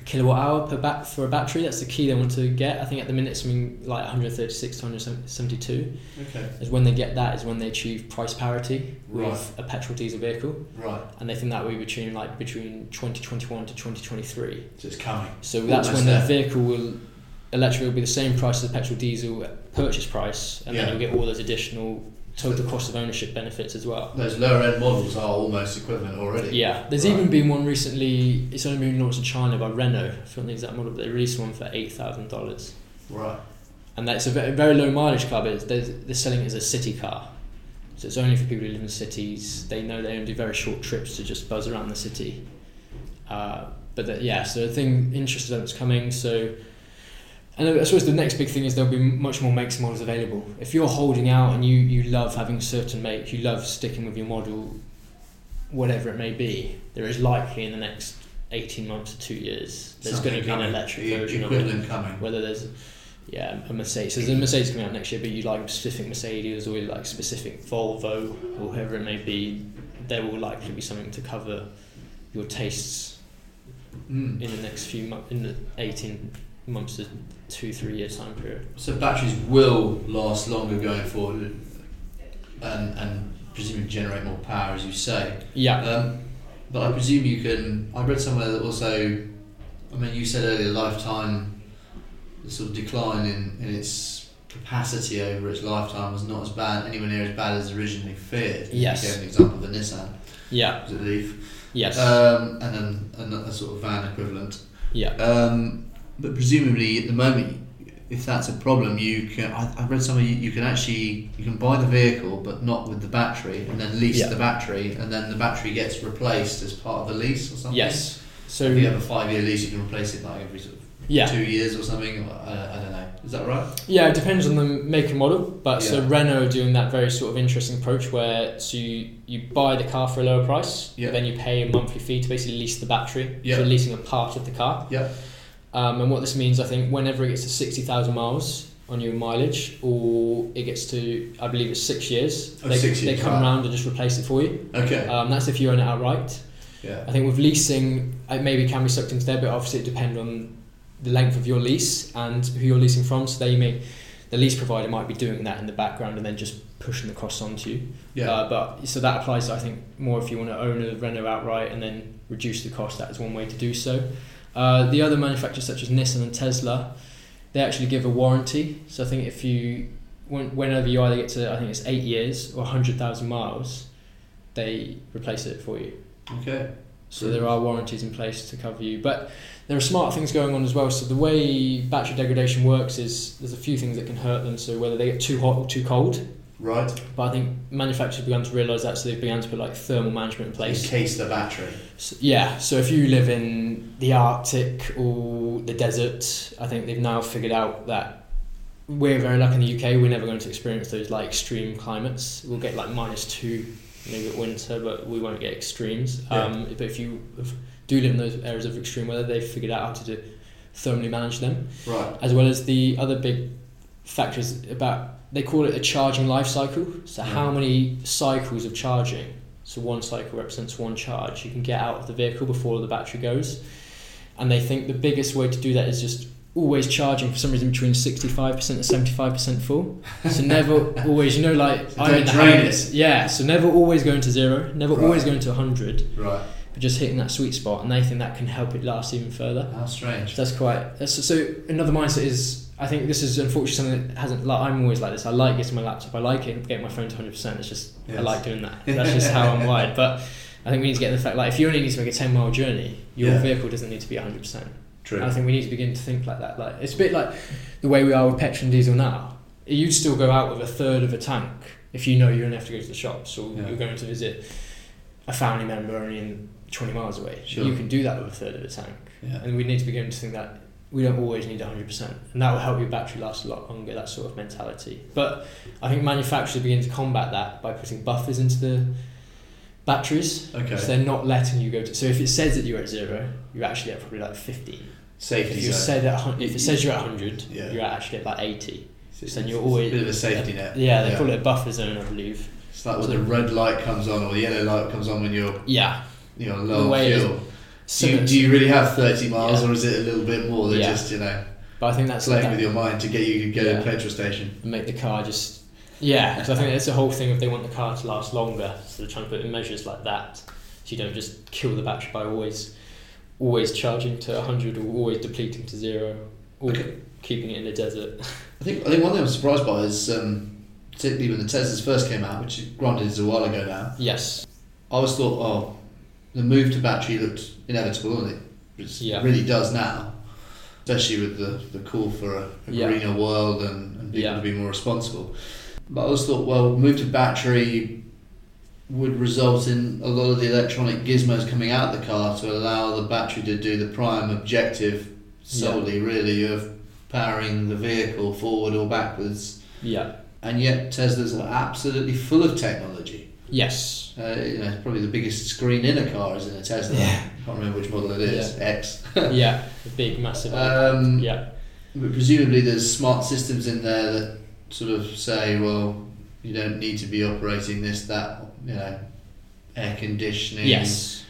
Speaker 1: kilowatt hour per bat for a battery. That's the key they want to get. I think at the minute it's something like one hundred thirty six to one hundred seventy two.
Speaker 2: Okay.
Speaker 1: Is when they get that is when they achieve price parity with a petrol diesel vehicle,
Speaker 2: Right.
Speaker 1: and they think that will be between like between twenty twenty one to twenty twenty three.
Speaker 2: So it's coming.
Speaker 1: So
Speaker 2: Almost
Speaker 1: that's when
Speaker 2: there.
Speaker 1: the vehicle will electric will be the same price as the petrol diesel purchase price, and
Speaker 2: Yeah.
Speaker 1: then you'll get all those additional total cost of ownership benefits as well.
Speaker 2: Those lower end models are almost equivalent already.
Speaker 1: Yeah, there's
Speaker 2: Right.
Speaker 1: even been one recently. It's only been launched in China by Renault. I forgot the exact model, but they released one for eight thousand dollars,
Speaker 2: Right.
Speaker 1: and that's a very, very low mileage car, but it's- they're, they're selling it as a city car. So it's only for people who live in cities. They know they only do very short trips to just buzz around the city. Uh, but that, yeah, so the thing interesting that's coming. So, and I suppose the next big thing is there'll be much more makes and models available. If you're holding out and you you love having certain make, you love sticking with your model, whatever it may be, there is likely in the next eighteen months to two years there's going to be an electric
Speaker 2: The
Speaker 1: version of it
Speaker 2: equivalent coming.
Speaker 1: whether there's yeah a Mercedes there's a Mercedes coming out next year but you like a specific Mercedes or you like a specific Volvo or whoever it may be there will likely be something to cover your tastes
Speaker 2: Mm.
Speaker 1: in the next few months in the 18 months to two three year time period
Speaker 2: So batteries will last longer going forward, and and presumably generate more power, as you say.
Speaker 1: yeah
Speaker 2: Um, but I presume you can. I read somewhere that also. I mean, you said earlier, lifetime, the sort of decline in, in its capacity over its lifetime was not as bad, anywhere near as bad as originally feared.
Speaker 1: Yes.
Speaker 2: You gave an example of the Nissan,
Speaker 1: yeah
Speaker 2: was it Leaf?
Speaker 1: yes
Speaker 2: Um, and then another sort of van equivalent.
Speaker 1: yeah
Speaker 2: Um, but presumably, at the moment, if that's a problem, you can. I, I read somewhere you, you can actually you can buy the vehicle, but not with the battery, and then lease
Speaker 1: Yeah.
Speaker 2: the battery, and then the battery gets replaced as part of the lease or something.
Speaker 1: yes so
Speaker 2: If you have a five-year lease, you can replace it like every sort of
Speaker 1: yeah
Speaker 2: two years or something. I, I don't know. Is that right?
Speaker 1: Yeah, it depends on the make and model. But so
Speaker 2: Yeah.
Speaker 1: Renault are doing that very sort of interesting approach where so you, you buy the car for a lower price,
Speaker 2: Yeah.
Speaker 1: then you pay a monthly fee to basically lease the battery.
Speaker 2: Yeah.
Speaker 1: So you're leasing a part of the car.
Speaker 2: Yeah.
Speaker 1: Um, and what this means, I think, whenever it gets to 60,000 miles on your mileage, or it gets to, I believe it's six years,
Speaker 2: Oh,
Speaker 1: they,
Speaker 2: six
Speaker 1: they
Speaker 2: years,
Speaker 1: come
Speaker 2: right.
Speaker 1: round and just replace it for you.
Speaker 2: Okay.
Speaker 1: Um, that's if you own it outright.
Speaker 2: Yeah.
Speaker 1: I think with leasing, it maybe can be sucked into there, but obviously it depends on the length of your lease and who you're leasing from. So they may, the lease provider might be doing that in the background and then just pushing the costs onto you.
Speaker 2: Yeah.
Speaker 1: Uh, but so that applies, I think, more if you want to own a Renault outright and then reduce the cost. That is one way to do so. Uh, the other manufacturers such as Nissan and Tesla, they actually give a warranty. So I think if you when- whenever you either get to I think it's eight years or hundred thousand miles, they replace it for you.
Speaker 2: okay.
Speaker 1: So there are warranties in place to cover you, but there are smart things going on as well. So the way battery degradation works is there's a few things that can hurt them. So whether they get too hot or too cold,
Speaker 2: Right.
Speaker 1: but I think manufacturers began to realise that, so they've began to put like thermal management in place.
Speaker 2: Encase the battery.
Speaker 1: So, yeah, so if you live in the Arctic or the desert, I think they've now figured out that we're very lucky in the UK. We're never going to experience those like extreme climates. We'll get like minus two maybe at winter, but we won't get extremes.
Speaker 2: Yeah.
Speaker 1: Um, but if you if- do live in those areas of extreme weather, they've figured out how to do, thermally manage them
Speaker 2: Right.
Speaker 1: as well as the other big factors about they call it a charging life cycle so how
Speaker 2: Yeah.
Speaker 1: many cycles of charging so one cycle represents one charge you can get out of the vehicle before the battery goes and they think the biggest way to do that is just always charging for some reason between 65% and 75% full so never always you know like
Speaker 2: So
Speaker 1: I'm
Speaker 2: don't
Speaker 1: in the
Speaker 2: drain it.
Speaker 1: house. yeah so never always going to zero never
Speaker 2: Right.
Speaker 1: always going to 100
Speaker 2: Right.
Speaker 1: but just hitting that sweet spot and they think that can help it last even further
Speaker 2: How strange.
Speaker 1: that's quite. That's, so another mindset is. I think this is unfortunately something that hasn't. Like, I'm always like this. I like getting my laptop. I like it, getting my phone to 100. percent It's just I
Speaker 2: Yes.
Speaker 1: like doing that. That's just how I'm wired. But I think we need to get the fact like if you only need to make a 10 mile journey, your
Speaker 2: Yeah.
Speaker 1: vehicle doesn't need to be 100. percent
Speaker 2: True.
Speaker 1: I think we need to begin to think like that. Like it's a bit like the way we are with petrol and diesel now. You'd still go out with a third of a tank if you know you don't have to go to the shops or
Speaker 2: Yeah.
Speaker 1: you're going to visit a family member only in 20 miles away.
Speaker 2: Sure.
Speaker 1: You can do that with a third of a tank.
Speaker 2: Yeah.
Speaker 1: And we need to begin to think that we don't always need 100%. And that will help your battery last a lot longer, that sort of mentality. But I think manufacturers begin to combat that by putting buffers into the batteries. So
Speaker 2: Okay.
Speaker 1: they're not letting you go to. So if it says that you're at zero, you're actually at probably like 15. If,
Speaker 2: Safety
Speaker 1: you
Speaker 2: zone.
Speaker 1: said at, hun- if it says you're at 100,
Speaker 2: Yeah.
Speaker 1: you're actually at like 80.
Speaker 2: It's-
Speaker 1: then you're
Speaker 2: it's
Speaker 1: always-
Speaker 2: a bit of a safety net.
Speaker 1: Yeah, they call it a buffer zone, I believe.
Speaker 2: It's like when the red light comes on or the yellow light comes on when you're
Speaker 1: Yeah.
Speaker 2: you know low
Speaker 1: The
Speaker 2: on
Speaker 1: way it
Speaker 2: fuel. Do
Speaker 1: Similar
Speaker 2: you,
Speaker 1: to-
Speaker 2: do you really have thirty miles
Speaker 1: Yeah.
Speaker 2: or is it a little bit more? They're
Speaker 1: Yeah.
Speaker 2: just you know
Speaker 1: but I think that's
Speaker 2: playing
Speaker 1: that-
Speaker 2: with your mind to get you to go to
Speaker 1: Yeah.
Speaker 2: a petrol station.
Speaker 1: and make the car just yeah because i think that's the whole thing if they want the car to last longer so they're trying to put in measures like that so you don't just kill the battery by always always charging to 100 or always depleting to zero or
Speaker 2: Okay.
Speaker 1: keeping it in the desert
Speaker 2: I think I think one thing I'm surprised by is um, particularly when the Teslas first came out, which granted is a while ago now.
Speaker 1: yes
Speaker 2: I always thought, oh, the move to battery looked inevitable, and it just
Speaker 1: Yeah.
Speaker 2: really does now, especially with the, the call for a, a
Speaker 1: Yeah.
Speaker 2: greener world and, and people
Speaker 1: Yeah.
Speaker 2: to be more responsible. But I always thought, well, move to battery would result in a lot of the electronic gizmos coming out of the car to allow the battery to do the prime objective solely, really, of powering the vehicle forward or backwards.
Speaker 1: yeah
Speaker 2: And yet, Teslas are absolutely full of technology.
Speaker 1: yes
Speaker 2: Uh, you know, it's probably the biggest screen in a car is in a Tesla. I can't remember which model it is. X.
Speaker 1: yeah the big massive
Speaker 2: Um,
Speaker 1: yeah
Speaker 2: But presumably, there's smart systems in there that sort of say, well, you don't need to be operating this, that, you know, air conditioning. Uh,
Speaker 1: yes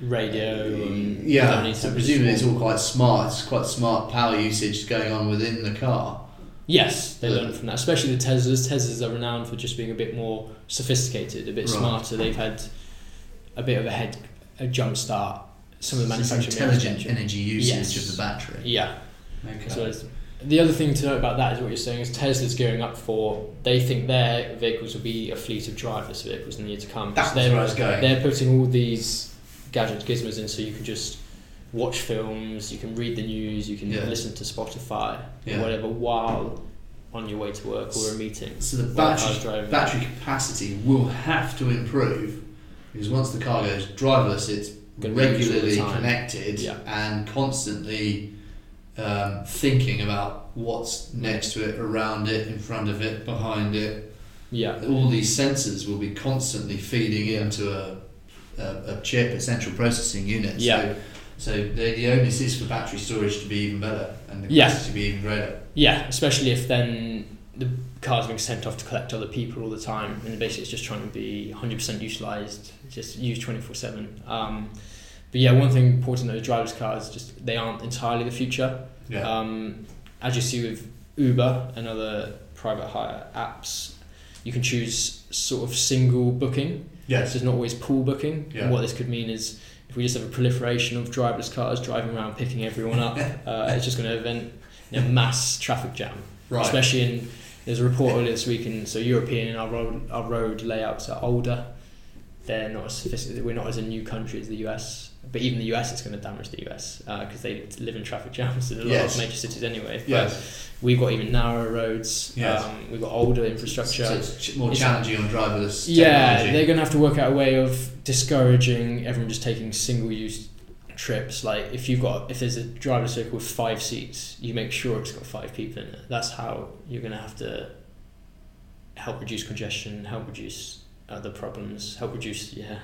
Speaker 1: radio and you don't
Speaker 2: Yeah.
Speaker 1: need to
Speaker 2: So
Speaker 1: have
Speaker 2: presumably,
Speaker 1: this
Speaker 2: it's all quite smart. It's quite smart power usage going on within the car.
Speaker 1: Yes, they
Speaker 2: Yeah.
Speaker 1: learn from that, especially the Teslas. Teslas are renowned for just being a bit more sophisticated, a bit
Speaker 2: Right.
Speaker 1: smarter. They've had a bit of a head, a jump start. Some of the
Speaker 2: So it's
Speaker 1: manufacturing
Speaker 2: intelligent energy usage
Speaker 1: Yes.
Speaker 2: of the battery.
Speaker 1: Yeah.
Speaker 2: Okay.
Speaker 1: So it's- the other thing to note about that is what you're saying is Tesla's gearing up for. They think their vehicles will be a fleet of driverless vehicles in the year to come.
Speaker 2: That's
Speaker 1: So they're,
Speaker 2: where I was going.
Speaker 1: They're putting all these gadget gizmos in, so you can just watch films, you can read the news, you can
Speaker 2: Yeah.
Speaker 1: listen to Spotify,
Speaker 2: Yeah.
Speaker 1: or whatever, while on your way to work or a meeting.
Speaker 2: So the
Speaker 1: Well, I
Speaker 2: battery,
Speaker 1: was driving.
Speaker 2: battery capacity will have to improve because once the car goes driverless, it's
Speaker 1: Gonna be used all the
Speaker 2: regularly
Speaker 1: time.
Speaker 2: connected
Speaker 1: Yeah.
Speaker 2: and constantly um, thinking about what's next to it, around it, in front of it, behind it.
Speaker 1: Yeah,
Speaker 2: All these sensors will be constantly feeding into a, a, a chip, a central processing unit.
Speaker 1: Yeah.
Speaker 2: So, so the, the onus is for battery storage to be even better and the
Speaker 1: Yeah.
Speaker 2: capacity to be even greater.
Speaker 1: yeah. Especially if then the car's being sent off to collect other people all the time, and basically it's just trying to be hundred percent utilized, just used twenty four seven. Um, But yeah, one thing important that driverless cars just they aren't entirely the future.
Speaker 2: Yeah.
Speaker 1: Um, as you see with Uber and other private hire apps, you can choose sort of single booking.
Speaker 2: yes.
Speaker 1: So it's not always pool booking.
Speaker 2: Yeah.
Speaker 1: And what this could mean is if we just have a proliferation of driverless cars driving around picking everyone up, uh, it's just going to event a mass traffic jam.
Speaker 2: Right.
Speaker 1: Especially in there's a report earlier this week, and so European and our road our road layouts are older. They're not as sophisticated. We're not as a new country as the US, but even the US is going to damage the US because they live in traffic jams in a lot
Speaker 2: Yes.
Speaker 1: of major cities anyway. But
Speaker 2: Yes.
Speaker 1: we've got even narrower roads.
Speaker 2: Yes.
Speaker 1: Um, we've got older infrastructure.
Speaker 2: So it's ch- more
Speaker 1: It's-
Speaker 2: challenging on driverless
Speaker 1: Yeah, they're
Speaker 2: technology.
Speaker 1: going to have to work out a way of discouraging everyone just taking single use trips. Like if you've got if there's a driver's vehicle with five seats, you make sure it's got five people in it. That's how you're going to have to help reduce congestion, help reduce other problems, help reduce yeah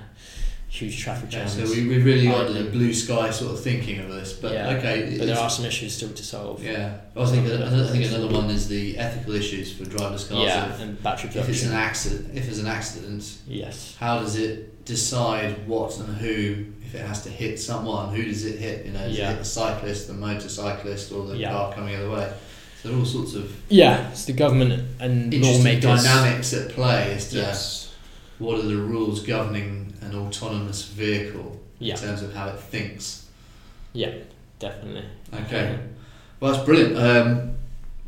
Speaker 1: huge traffic
Speaker 4: Okay,
Speaker 1: jams.
Speaker 4: so we, we really got
Speaker 1: Um,
Speaker 4: the blue sky sort of thinking of this, but
Speaker 1: Yeah,
Speaker 4: okay.
Speaker 1: but there
Speaker 4: it's-
Speaker 1: are some issues still to solve.
Speaker 4: Yeah, I was thinking. I think another one is the ethical issues for driverless cars.
Speaker 1: Yeah,
Speaker 4: If-
Speaker 1: and battery
Speaker 4: If it's an
Speaker 1: production.
Speaker 4: accident, if it's an accident,
Speaker 1: Yes.
Speaker 4: how does it decide what and who? If it has to hit someone, who does it hit? You know, does
Speaker 1: Yeah.
Speaker 4: it hit the cyclist, the motorcyclist, or the
Speaker 1: Yeah.
Speaker 4: car coming the other way? So there are all sorts of
Speaker 1: Yeah, it's the government and
Speaker 4: interesting
Speaker 1: lawmakers.
Speaker 4: dynamics at play as to
Speaker 1: Yes.
Speaker 4: what are the rules governing an autonomous vehicle
Speaker 1: Yeah.
Speaker 4: in terms of how it thinks.
Speaker 1: Yeah, definitely.
Speaker 4: Okay. Well, that's brilliant. Um,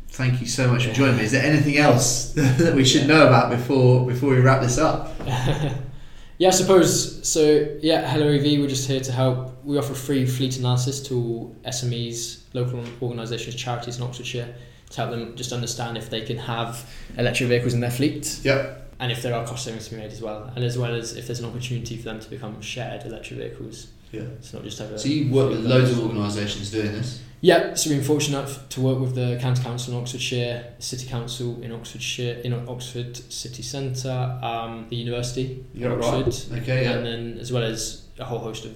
Speaker 4: thank you so much for joining me. Is there anything else that we should know about before before we wrap this up?
Speaker 1: yeah, I suppose so. Yeah, Hello EV, we're just here to help. We offer free fleet analysis to all SMEs, local organisations, charities in Oxfordshire to help them just understand if they can have electric vehicles in their fleet
Speaker 4: Yep.
Speaker 1: and if there are cost savings to be made as well, and as well as if there's an opportunity for them to become shared electric vehicles.
Speaker 4: Yeah.
Speaker 1: It's not just have a.
Speaker 4: So you work with loads of organisations doing this.
Speaker 1: Yeah, so we've been fortunate enough to work with the County Council in Oxfordshire, City Council in Oxfordshire, in Oxford City Centre, um, the University
Speaker 4: Yeah,
Speaker 1: in
Speaker 4: right.
Speaker 1: Oxford,
Speaker 4: Okay.
Speaker 1: and
Speaker 4: Yeah.
Speaker 1: then as well as a whole host of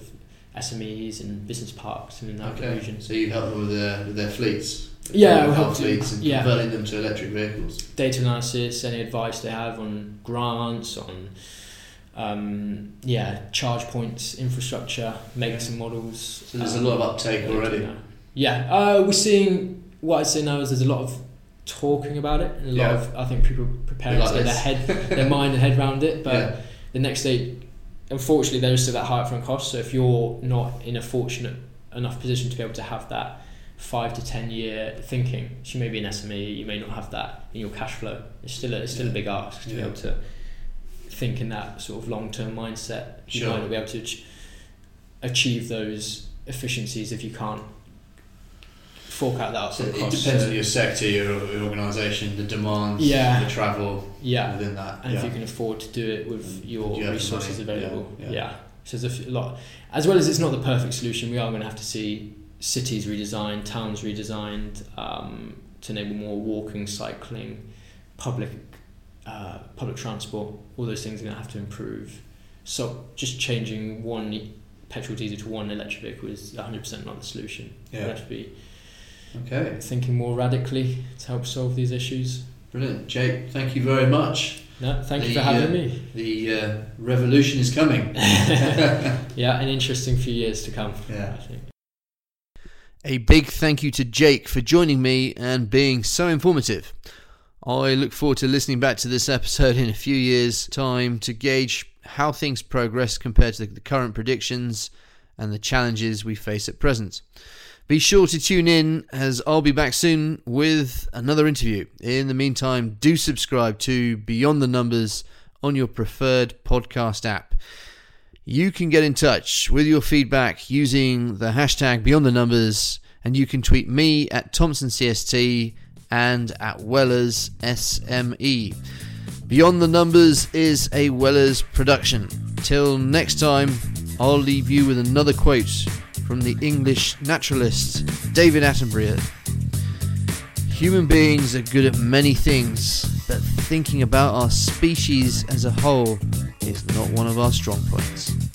Speaker 1: SMEs and business parks in that
Speaker 4: Okay.
Speaker 1: region.
Speaker 4: So you help them with their with their fleets.
Speaker 1: Yeah, we
Speaker 4: With
Speaker 1: help
Speaker 4: car
Speaker 1: to,
Speaker 4: fleets and
Speaker 1: yeah,
Speaker 4: converting them to electric vehicles.
Speaker 1: data analysis, any advice they have on grants, on um, yeah, charge points, infrastructure, making some models.
Speaker 4: So there's
Speaker 1: um,
Speaker 4: a lot of uptake already.
Speaker 1: Yeah, uh, we're seeing what I'd say now is there's a lot of talking about it, and a lot
Speaker 4: Yeah.
Speaker 1: of I think people preparing
Speaker 4: Like
Speaker 1: to get their
Speaker 4: this.
Speaker 1: head, their mind and head around it. But
Speaker 4: Yeah.
Speaker 1: the next day, unfortunately, there is still that high upfront cost. So if you're not in a fortunate enough position to be able to have that five to ten year thinking, so you may be an SME, you may not have that in your cash flow. It's still a, it's still a
Speaker 4: Yeah.
Speaker 1: big ask to be
Speaker 4: Yeah.
Speaker 1: able to think in that sort of long term mindset. You
Speaker 4: Sure.
Speaker 1: might not be able to ach- achieve those efficiencies if you can't fork out that
Speaker 4: So
Speaker 1: upfront
Speaker 4: it
Speaker 1: cost.
Speaker 4: depends
Speaker 1: So,
Speaker 4: on your sector, your, your organisation, the demands,
Speaker 1: Yeah.
Speaker 4: the travel
Speaker 1: yeah,
Speaker 4: within that.
Speaker 1: and
Speaker 4: yeah.
Speaker 1: if you can afford to do it with
Speaker 4: And
Speaker 1: your
Speaker 4: you have the
Speaker 1: resources
Speaker 4: money,
Speaker 1: available,
Speaker 4: yeah,
Speaker 1: yeah,
Speaker 4: yeah.
Speaker 1: So there's a f- lot, as well as it's not the perfect solution. We are going to have to see cities redesigned, towns redesigned um, to enable more walking, cycling, public, uh, public transport. All those things are going to have to improve. So just changing one e- petrol diesel to one electric vehicle is 100% not the solution. We
Speaker 4: yeah.
Speaker 1: have to be
Speaker 4: Okay.
Speaker 1: thinking more radically to help solve these issues.
Speaker 4: Brilliant, Jake. Thank you very much.
Speaker 1: No, thank you
Speaker 4: The,
Speaker 1: for
Speaker 4: uh,
Speaker 1: having me.
Speaker 4: The uh, revolution is coming.
Speaker 1: Yeah, an interesting few years to come.
Speaker 4: Yeah.
Speaker 1: I think.
Speaker 2: A big thank you to Jake for joining me and being so informative. I look forward to listening back to this episode in a few years' time to gauge how things progress compared to the current predictions and the challenges we face at present. Be sure to tune in as I'll be back soon with another interview. In the meantime, do subscribe to Beyond the Numbers on your preferred podcast app you can get in touch with your feedback using the hashtag beyond the numbers and you can tweet me at thompsoncst and at wellers sme beyond the numbers is a wellers production till next time i'll leave you with another quote from the english naturalist david attenborough Human beings are good at many things, but thinking about our species as a whole is not one of our strong points.